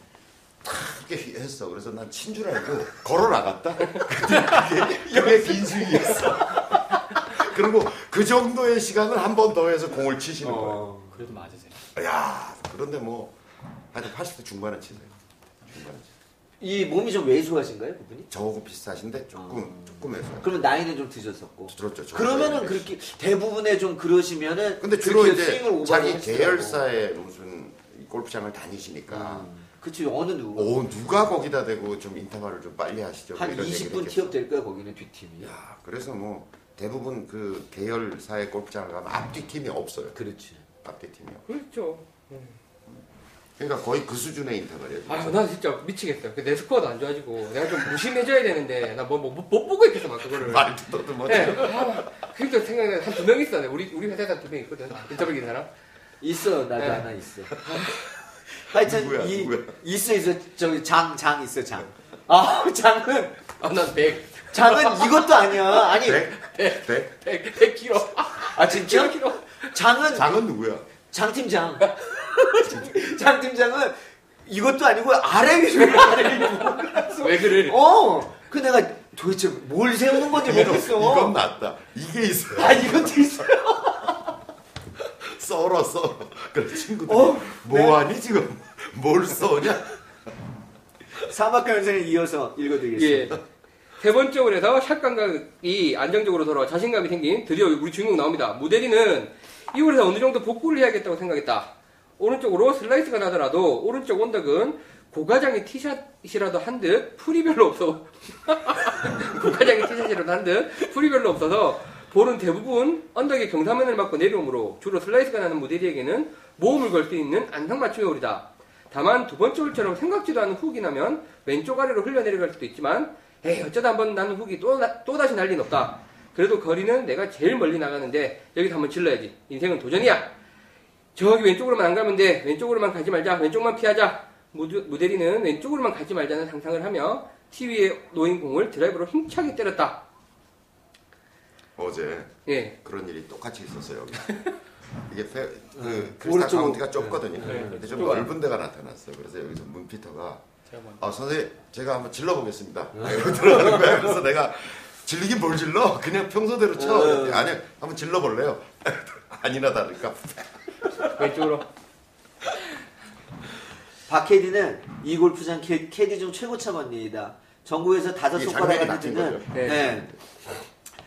Speaker 3: 탁 이렇게 했어. 그래서 난 친 줄 알고 걸어 나갔다. 근데 그게 그게 빈수이었어. 그리고 그 정도의 시간을 한 번 더 해서 공을 치시는 거예요.
Speaker 4: 그래도 맞으세요.
Speaker 2: 어.
Speaker 3: 야 그런데 뭐 하여튼 80대 중반은 치세요. 중반은 치세요.
Speaker 2: 이 몸이 좀 왜소하신가요, 그분이?
Speaker 3: 저하고 비슷하신데 조금 조금 해서
Speaker 2: 그러면 나이는 좀 드셨었고.
Speaker 3: 들었죠. 저하고
Speaker 2: 어. 그러면은
Speaker 3: 비슷해요.
Speaker 2: 그렇게 대부분의 좀 그러시면은
Speaker 3: 근데 주로
Speaker 2: 그렇게
Speaker 3: 이제
Speaker 2: 스윙을 오버하게
Speaker 3: 자기
Speaker 2: 하시더라고.
Speaker 3: 계열사의 무슨 골프장을 다니시니까
Speaker 2: 음. 그치 어느 누구
Speaker 3: 오 누가 거기다 대고 좀 인터벌을 좀 빨리 하시죠.
Speaker 2: 한
Speaker 3: 이런 얘기를
Speaker 2: 20분
Speaker 3: 했겠어.
Speaker 2: 티업 될 거야 거기는 뒷팀이
Speaker 3: 야 그래서 뭐 대부분 그 계열사의 골프장을 가면 앞뒤 팀이 없어요.
Speaker 2: 그렇지
Speaker 3: 앞뒤 팀이요.
Speaker 1: 그렇죠.
Speaker 3: 그러니까 거의 그 수준의 인터벌이에요.
Speaker 1: 아, 나 진짜 미치겠어요. 그 내 스코어도 안 좋아지고, 내가 좀 무심해져야 되는데, 나 뭐, 뭐, 못 보고 있겠어, 막, 그거를.
Speaker 3: 말도 너도 뭐 못.
Speaker 1: 네. 아, 그니까 생각나, 한 두 명 있어. 내가 우리, 우리 회사에 한 두 명 있거든. 인터뷰 긴 사람.
Speaker 2: 있어 나도
Speaker 1: 네.
Speaker 2: 하나 있어 하여튼
Speaker 3: 누구야,
Speaker 2: 이
Speaker 3: 누구야?
Speaker 2: 있어 있어 저기 장 장 있어 장아 장은
Speaker 1: 아, 난 100,
Speaker 2: 장은 이것도 아니야 아니
Speaker 3: 백? 백?
Speaker 1: 100, 100kg.
Speaker 2: 아 진짜
Speaker 1: 100kg.
Speaker 2: 장은
Speaker 3: 장은
Speaker 2: 어.
Speaker 3: 누구야?
Speaker 2: 장 팀장 장 팀장은 이것도 아니고 아래 위로 아래
Speaker 1: 왜 그래?
Speaker 2: 어그 내가 도대체 뭘 세우는 건지
Speaker 3: 이건-
Speaker 2: 모르겠어
Speaker 3: 이건 낫다. 이게 있어요.
Speaker 2: 아 이것도 있어
Speaker 3: 썰어 썰어. 그래 친구들.
Speaker 2: 어,
Speaker 3: 뭐하니 지금? 뭘 써냐?
Speaker 2: 사막과 연세를 이어서 읽어드리겠습니다.
Speaker 1: 예. 세 번째로 해서 샷 감각이 안정적으로 돌아와 자신감이 생긴 드디어 우리 주인공 나옵니다. 무대리는 이후에서 어느 정도 복구를 해야겠다고 생각했다. 오른쪽으로 슬라이스가 나더라도 오른쪽 언덕은 고가장의 티샷이라도 한 듯 풀이 별로 없어 고가장의 티샷이라도 한 듯 풀이 별로 없어서 볼은 대부분 언덕의 경사면을 맞고 내려오므로 주로 슬라이스가 나는 무대리에게는 모험을 걸 수 있는 안성맞춤의 홀이다. 다만 두 번째 홀처럼 생각지도 않은 훅이 나면 왼쪽 아래로 흘러내려갈 수도 있지만 에이 어쩌다 한번 나는 훅이 또, 나- 또다시 날린 없다. 그래도 거리는 내가 제일 멀리 나가는데 여기서 한번 질러야지. 인생은 도전이야. 저기 왼쪽으로만 안 가면 돼. 왼쪽으로만 가지 말자. 왼쪽만 피하자. 무드- 무대리는 왼쪽으로만 가지 말자는 상상을 하며 티 위에 놓인 공을 드라이브로 힘차게 때렸다.
Speaker 3: 어제
Speaker 1: 예.
Speaker 3: 그런 일이 똑같이 있었어요. 여기. 이게 페, 그
Speaker 2: 네. 그렇죠.
Speaker 3: 크리스탈
Speaker 2: 오른쪽으로.
Speaker 3: 카운티가 좁거든요.
Speaker 4: 네.
Speaker 3: 근데 좀
Speaker 1: 좁아요.
Speaker 3: 넓은 데가 나타났어요. 그래서 여기서 문피터가
Speaker 4: 제가 뭐 먼저.
Speaker 3: 아 선생님 제가 한번 질러보겠습니다
Speaker 2: 네.
Speaker 3: 아, 이러고 들어가는 거야 그래서 내가 질리긴 뭘 질러 그냥 평소대로 쳐
Speaker 2: 어.
Speaker 3: 그랬더니, 아니 한번 질러볼래요 아니나 다를까
Speaker 1: 왼쪽으로.
Speaker 2: 박캐디는 이 골프장 캐, 캐디 중 최고 차원이다. 전국에서 다섯
Speaker 3: 이게
Speaker 2: 손가락
Speaker 3: 장면이
Speaker 2: 안드는
Speaker 3: 바뀐
Speaker 1: 거죠.
Speaker 2: 네.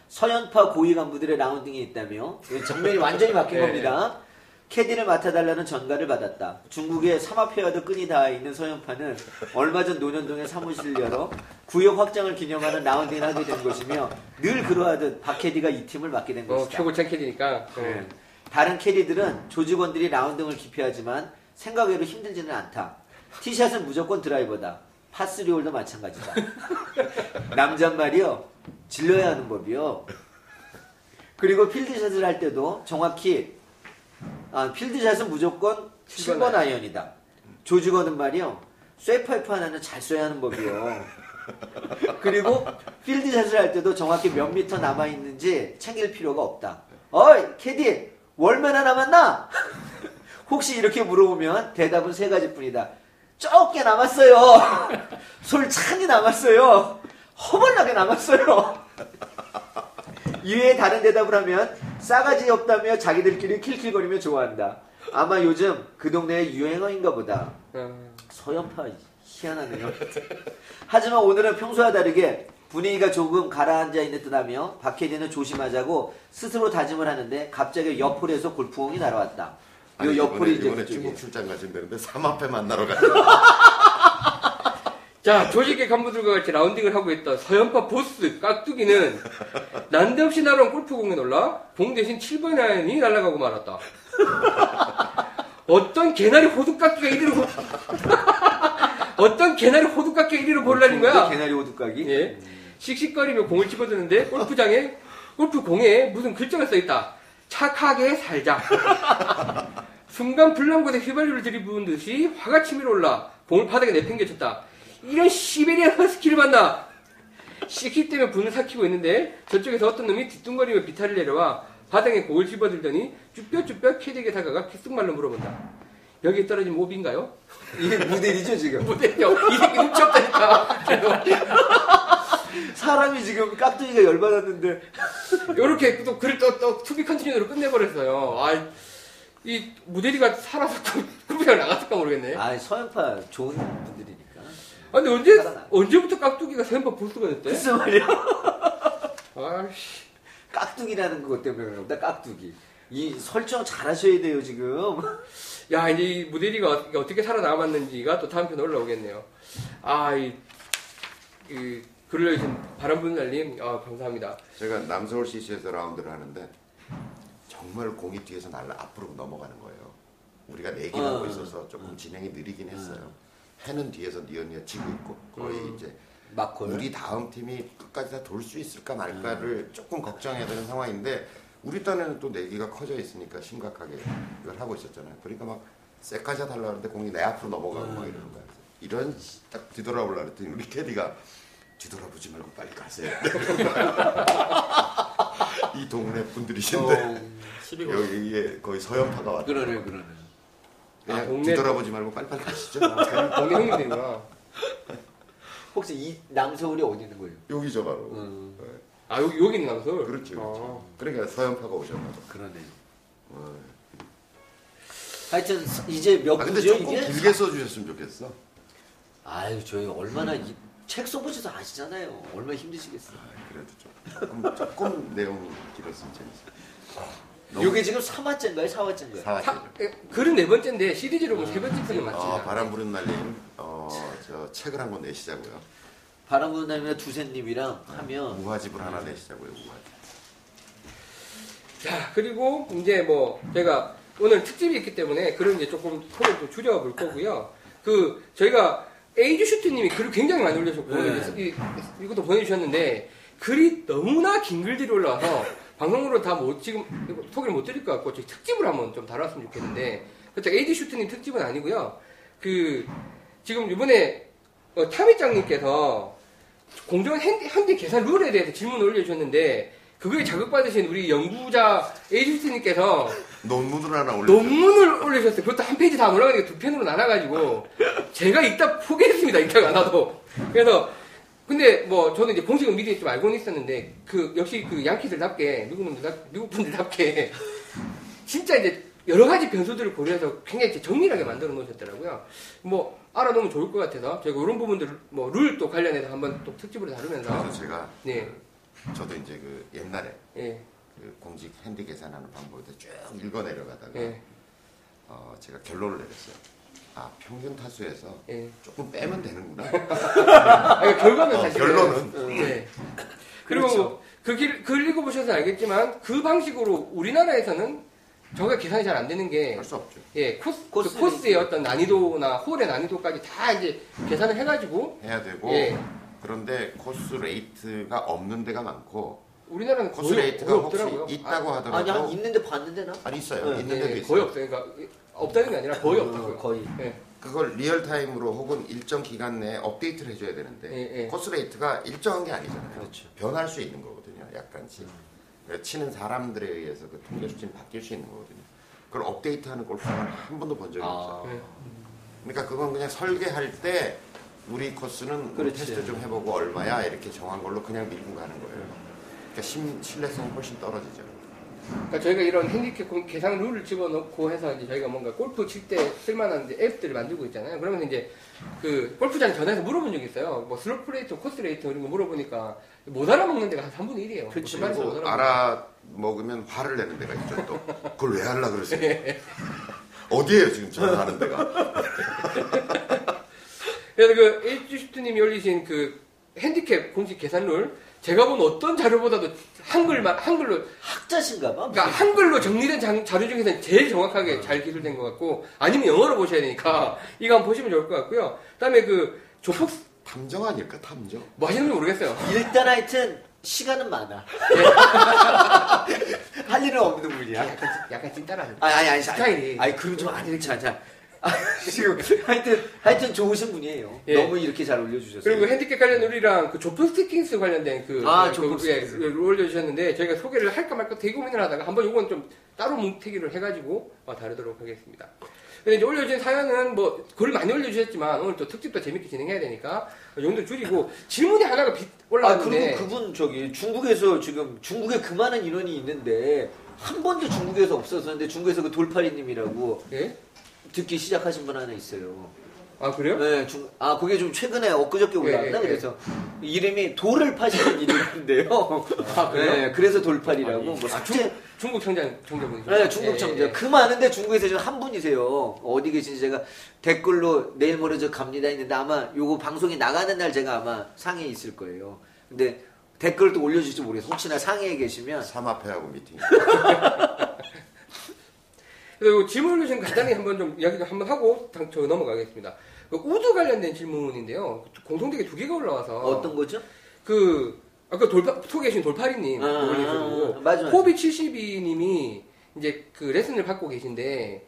Speaker 2: 서연파 고위 간부들의 라운딩이 있다며 이 장면이 완전히 바뀐
Speaker 1: 네.
Speaker 2: 겁니다. 캐디를 맡아달라는 전가를 받았다. 중국의 삼합회와도 끈이 닿아 있는 서연파는 얼마 전 노년동에 사무실을 열어 구역 확장을 기념하는 라운딩을 하게 된 것이며 늘 그러하듯 박캐디가 이 팀을 맡게 된
Speaker 1: 어,
Speaker 2: 것이다.
Speaker 1: 최고창 캐디니까.
Speaker 2: 네. 다른 캐디들은 조직원들이 라운딩을 기피하지만 생각외로 힘들지는 않다. 티샷은 무조건 드라이버다. 파스리 홀도 마찬가지다. 남잔 말이요. 질러야 하는 법이요. 그리고 필드샷을 할 때도 정확히 아, 필드샷은 무조건 7번 아이언이다. 조지건은 말이요. 쇠파이프 하나는 잘 쏘야 하는 법이요. 그리고 필드샷을 할 때도 정확히 몇 미터 남아 있는지 챙길 필요가 없다. 어이, 캐디, 월매나 남았나? 혹시 이렇게 물어보면 대답은 세 가지뿐이다. 적게 남았어요. 솔찬히 남았어요. 허벌나게 남았어요. 이외에 다른 대답을 하면 싸가지 없다며 자기들끼리 킬킬거리며 좋아한다. 아마 요즘 그 동네의 유행어인가 보다.
Speaker 1: 어,
Speaker 2: 서연파 희한하네요. 하지만 오늘은 평소와 다르게 분위기가 조금 가라앉아 있는 듯하며 박해디는 조심하자고 스스로 다짐을 하는데 갑자기 옆홀에서 골프공이 날아왔다. 요
Speaker 3: 아니,
Speaker 2: 옆홀이
Speaker 3: 이번에,
Speaker 2: 이제
Speaker 3: 이번에
Speaker 2: 그쪽이에요.
Speaker 3: 중국 출장 가신다는데 삼 앞에 만나러 갔죠.
Speaker 1: 자, 조직의 간부들과 같이 라운딩을 하고 있던 서연파 보스 깍두기는 난데없이 날아온 골프공에 놀라 봉 대신 7번 라인이 날아가고 말았다. 어떤 개나리 호두깍기가 이리로 보- 어떤 개나리 호두깍기가 이리로 보려는 거야?
Speaker 2: 개나리 호두까기.
Speaker 1: 예. 씩씩거리며 공을 집어드는데 골프장에 골프공에 무슨 글자가 써있다. 착하게 살자. 순간 불난 곳에 휘발유를 들이부은 듯이 화가 치밀어 올라 봉을 바닥에 내팽개쳤다. 이런 시베리아 허스키를 만나. 씻기 때문에 분을 삭히고 있는데 저쪽에서 어떤 놈이 뒤뚱거리며 비탈을 내려와 바닥에 공을 집어들더니 쭈뼛쭈뼛 캐디에게 다가가 귓속말로 물어본다. 여기 떨어진 모비인가요?
Speaker 2: 이게 모델이죠 지금.
Speaker 1: 모델이요. 이 새끼 훔쳤다니까. 계속.
Speaker 2: 사람이 지금 깍두기가 열받았는데
Speaker 1: 요렇게 또 글을 또, 또, 투비 컨티뉴로 끝내버렸어요. 아, 이, 무대리가 살아서 또, 급이랑 나갔을까 모르겠네. 아,
Speaker 2: 아 서연파 좋은 분들이니까.
Speaker 3: 네?
Speaker 1: 근데 언제,
Speaker 2: 살아나.
Speaker 1: 언제부터 깍두기가 세번 보스가 됐대?
Speaker 2: 무슨 말이야?
Speaker 1: 아씨.
Speaker 2: 깍두기라는 그것 때문에 그런다 깍두기. 이 설정 잘하셔야 돼요 지금.
Speaker 1: 야, 이제 이 무대리가 어떻게, 어떻게 살아남았는지가 또 다음 편에 올라오겠네요. 아, 이, 이, 글을 올려주신 바람부는 날님, 아, 감사합니다.
Speaker 3: 제가 남서울 CC에서 라운드를 하는데 정말 공이 뒤에서 날라 앞으로 넘어가는 거예요. 우리가 내기를
Speaker 2: 어.
Speaker 3: 하고 있어서 조금 진행이 느리긴 했어요. 해는 뒤에서 니언니가 지고 있고 거의 이제
Speaker 2: 막콜.
Speaker 1: 네.
Speaker 3: 우리 다음 팀이 끝까지 다 돌 수 있을까 말까를
Speaker 1: 음.
Speaker 3: 조금 걱정해야 되는 상황인데 우리 딴에는 또 내기가 커져 있으니까 심각하게 이걸 하고 있었잖아요. 그러니까 막 세까지 달라 하는데 공이 내 앞으로 넘어가고
Speaker 1: 음.
Speaker 3: 막 이러는 거야. 이런 씨, 딱 뒤돌아보려 그랬더니 우리 캐디가 뒤돌아보지 말고 빨리 가세요. 이 동네 분들이신데
Speaker 4: 시비가
Speaker 3: 그 여기에 거의 서연파가 왔다.
Speaker 2: 그러네 그러네.
Speaker 3: 그냥
Speaker 1: 아, 동네-
Speaker 3: 뒤돌아보지 말고 빨리빨리 가시죠.
Speaker 1: 동네 형님들인가.
Speaker 2: 혹시 이 남서울이 어디 있는 거예요?
Speaker 3: 여기죠 바로.
Speaker 2: 음.
Speaker 3: 네.
Speaker 1: 아, 여기, 여기 있는 가서.
Speaker 3: 그렇죠. 그렇죠. 그러니까 서연파가 오셨나 봐.
Speaker 2: 그러네요.
Speaker 3: 어.
Speaker 2: 하여튼 이제 몇
Speaker 3: 아 근데
Speaker 2: 분이죠
Speaker 3: 조금
Speaker 2: 이게?
Speaker 3: 길게 써주셨으면 좋겠어.
Speaker 2: 아유 저희 얼마나 이, 책 써보셔서 아시잖아요. 얼마나 힘드시겠어요.
Speaker 3: 그래도 좀 조금 조금 내용이 길었으면 재밌어. 너무-
Speaker 2: 이게 지금 3화째인가요? 4화째인가요?
Speaker 1: 아, 사,
Speaker 3: 사화.
Speaker 1: 에, 글은 네 번째인데, 시리즈로 보면 세 번째 편이 맞습니다.
Speaker 3: 어, 바람 부는 날님, 어저 책을 한 권 내시자고요.
Speaker 2: 바람 부는 날이나 두세님이랑 하면 음.
Speaker 3: 우화집을 하나 내시자고요. 우화집.
Speaker 1: 자, 그리고 이제 뭐 제가 오늘 특집이 있기 때문에 그런 이제 조금 톤을 좀 줄여볼 거고요. 그 저희가 에이즈 슈트님이 글을 굉장히 많이 올려주셨고
Speaker 2: 네.
Speaker 1: 이제 이, 이것도 보내주셨는데 글이 너무나 긴 글들이 올라와서 방송으로 다 못 지금 소개를 못 드릴 것 같고 저희 특집을 한번 좀 다뤘으면 좋겠는데 그렇죠 에이즈 슈트님 특집은 아니고요. 그 지금 이번에 어, 타미짱님께서 공정한 현- 현대 계산 룰에 대해서 질문을 올려주셨는데 그거에 자극받으신 우리 연구자 에이지스님께서
Speaker 3: 논문을 하나 올려.
Speaker 1: 논문을 올리셨어요. 그것도 한 페이지 다 올라가니까 두 편으로 나눠가지고 제가 읽다 포기했습니다. 읽다가 안 하도. 그래서 근데 뭐 저는 이제 공식은 미리 좀 알고는 있었는데 그 역시 그 양키들답게 미국 놈들답 미국 분들답게 진짜 이제 여러 가지 변수들을 고려해서 굉장히 이제 정밀하게 만들어 놓으셨더라고요. 뭐 알아놓으면 좋을 것 같아서 제가 이런 부분들을 뭐 룰 또 관련해서 한번 또 특집으로 다루면서
Speaker 3: 그래서 제가
Speaker 1: 네.
Speaker 3: 저도 이제 그 옛날에
Speaker 1: 예,
Speaker 3: 그 공직 핸디 계산하는 방법에 대해 쭉 읽어 내려가다가
Speaker 1: 예,
Speaker 3: 어, 제가 결론을 내렸어요. 아 평균 타수에서
Speaker 1: 예.
Speaker 3: 조금 빼면 되는구나.
Speaker 1: 아, 그러니까 결과는
Speaker 3: 어,
Speaker 1: 사실
Speaker 3: 결론은 그렇죠.
Speaker 1: 네. 그리고 그 길, 글 읽어보셔서 알겠지만 그 방식으로 우리나라에서는 저게 계산이 잘 안 되는 게
Speaker 3: 할 수 없죠.
Speaker 1: 예, 코스,
Speaker 2: 코스.
Speaker 1: 그 코스의 어떤 난이도나 홀의 난이도까지 다 이제 계산을 해가지고
Speaker 3: 해야 되고
Speaker 1: 예,
Speaker 3: 그런데 코스 레이트가 없는 데가 많고
Speaker 1: 우리나라는 거의,
Speaker 3: 코스 레이트가
Speaker 1: 거의
Speaker 3: 혹시
Speaker 1: 없더라고요.
Speaker 3: 있다고
Speaker 2: 아니
Speaker 3: 하더라도
Speaker 2: 한 있는데 봤는데 나
Speaker 3: 아니 있어요.
Speaker 2: 네,
Speaker 3: 있는데도
Speaker 1: 예,
Speaker 3: 있어요. 음.
Speaker 1: 거의 없어요. 그러니까 없다는 게 아니라 거의 없다고요.
Speaker 2: 어, 거의
Speaker 1: 예,
Speaker 3: 그걸 리얼 타임으로 혹은 일정 기간 내에 업데이트를 해줘야 되는데
Speaker 1: 예, 예.
Speaker 3: 코스 레이트가 일정한 게 아니잖아요.
Speaker 2: 그렇죠.
Speaker 3: 변할 수 있는 거거든요. 약간씩 그러니까 치는 사람들에 의해서 그 통계 수치는 바뀔 수 있는 거거든요. 그걸 업데이트하는 골프는 한 번도 본 적이 없어요.
Speaker 2: 아,
Speaker 1: 예.
Speaker 3: 그러니까 그건 그냥 설계할 때 우리 코스는 우리
Speaker 2: 그렇지.
Speaker 3: 테스트 좀 해보고 얼마야 이렇게 정한 걸로 그냥 밀고 가는 거예요. 그러니까 심, 신뢰성이 훨씬 떨어지죠.
Speaker 1: 그러니까 저희가 이런 핸디캡 공- 계산 룰을 집어넣고 해서 이제 저희가 뭔가 골프 칠 때 쓸만한 이제 앱들을 만들고 있잖아요. 그러면 이제 그 골프장 전화해서 물어본 적이 있어요. 뭐 슬로프 레이트, 코스 레이트 이런 거 물어보니까 못 알아먹는 데가 한 3분의 1이에요.
Speaker 2: 그치,
Speaker 3: 그리고 뭐 알아 먹으면 화를 내는 데가 있죠. 또 그걸 왜 하려 그러세요? 어디에요 지금 전화하는 데가?
Speaker 1: 그래서 그 에이지슈트님이 올리신 그 핸디캡 공식 계산 룰 제가 본 어떤 자료보다도 한글만 한글로
Speaker 2: 학자신가봐
Speaker 1: 그러니까 한글로 정리된 장- 자료 중에서 제일
Speaker 2: 아.
Speaker 1: 정확하게 잘 기술된 것 같고 아니면 영어로 보셔야 되니까 이거 한번 보시면 좋을 것 같고요. 그다음에 그 조폭
Speaker 3: 탐정 아닐까 탐정?
Speaker 1: 뭐 하시는지 모르겠어요.
Speaker 2: 일단 하여튼 시간은 많아 할 일은 없는 분이야
Speaker 1: 약간 찐- 약간 찐따라.
Speaker 2: 아니 아니 아니
Speaker 1: 스타일이.
Speaker 2: 아니 그럼 좀 아니 이렇게 하자 아, 지금 하여튼 하여튼 좋으신 분이에요
Speaker 1: 예.
Speaker 2: 너무 이렇게 잘 올려주셔서
Speaker 1: 그리고 핸디캡 관련 룰이랑 그 조픈 스티킹스 관련된 그,
Speaker 2: 아,
Speaker 1: 그-
Speaker 2: 조픈
Speaker 1: 그- 예,
Speaker 2: 스티킹스.
Speaker 1: 룰 올려주셨는데 저희가 소개를 할까 말까 되게 고민을 하다가 한번 요건 좀 따로 뭉태기를 해가지고 어, 다루도록 하겠습니다. 근데 이제 올려주신 사연은 뭐 글 많이 올려주셨지만 오늘 또 특집도 재밌게 진행해야 되니까 용도 줄이고 질문이 하나가 빗-
Speaker 2: 아
Speaker 1: 올라왔는데
Speaker 2: 그리고 그분 저기 중국에서 지금 중국에 그 많은 인원이 있는데 한 번도 중국에서 없었었는데 중국에서 그 돌파리님이라고
Speaker 1: 예?
Speaker 2: 듣기 시작하신 분 하나 있어요.
Speaker 1: 아 그래요?
Speaker 2: 네, 중, 아 그게 좀 최근에 엊그저께 올라왔나
Speaker 1: 예, 예, 예.
Speaker 2: 그래서 이름이 돌을 파시는 이름인데요.
Speaker 1: 아, 그래요?
Speaker 2: 네, 그래서 돌팔이라고 뭐
Speaker 1: 아,
Speaker 2: 숙제,
Speaker 1: 중국, 예, 중국 청장, 청자분이죠?
Speaker 2: 네, 중국 청자. 그 많은데 중국에서 지금 한 분이세요. 어디 계신지 제가 댓글로 내일 모레 저 갑니다 했는데 아마 요거 방송이 나가는 날 제가 아마 상해에 있을 거예요. 근데 댓글도 올려주실지 모르겠어요. 혹시나 상해에 계시면
Speaker 1: 아.
Speaker 3: 삼합회하고 미팅.
Speaker 1: 그리고 질문을 좀 간단히 한번 좀 이야기 좀 한번 하고 당- 저 넘어가겠습니다. 그 우드 관련된 질문인데요. 공통되게 두 개가 올라와서
Speaker 2: 어. 떤 거죠?
Speaker 1: 그 아까 돌파 속에 계신 돌파리님
Speaker 2: 아,
Speaker 1: 올리시고
Speaker 2: 아, 맞아, 맞아.
Speaker 1: 호비 72님이 이제 그 레슨을 받고 계신데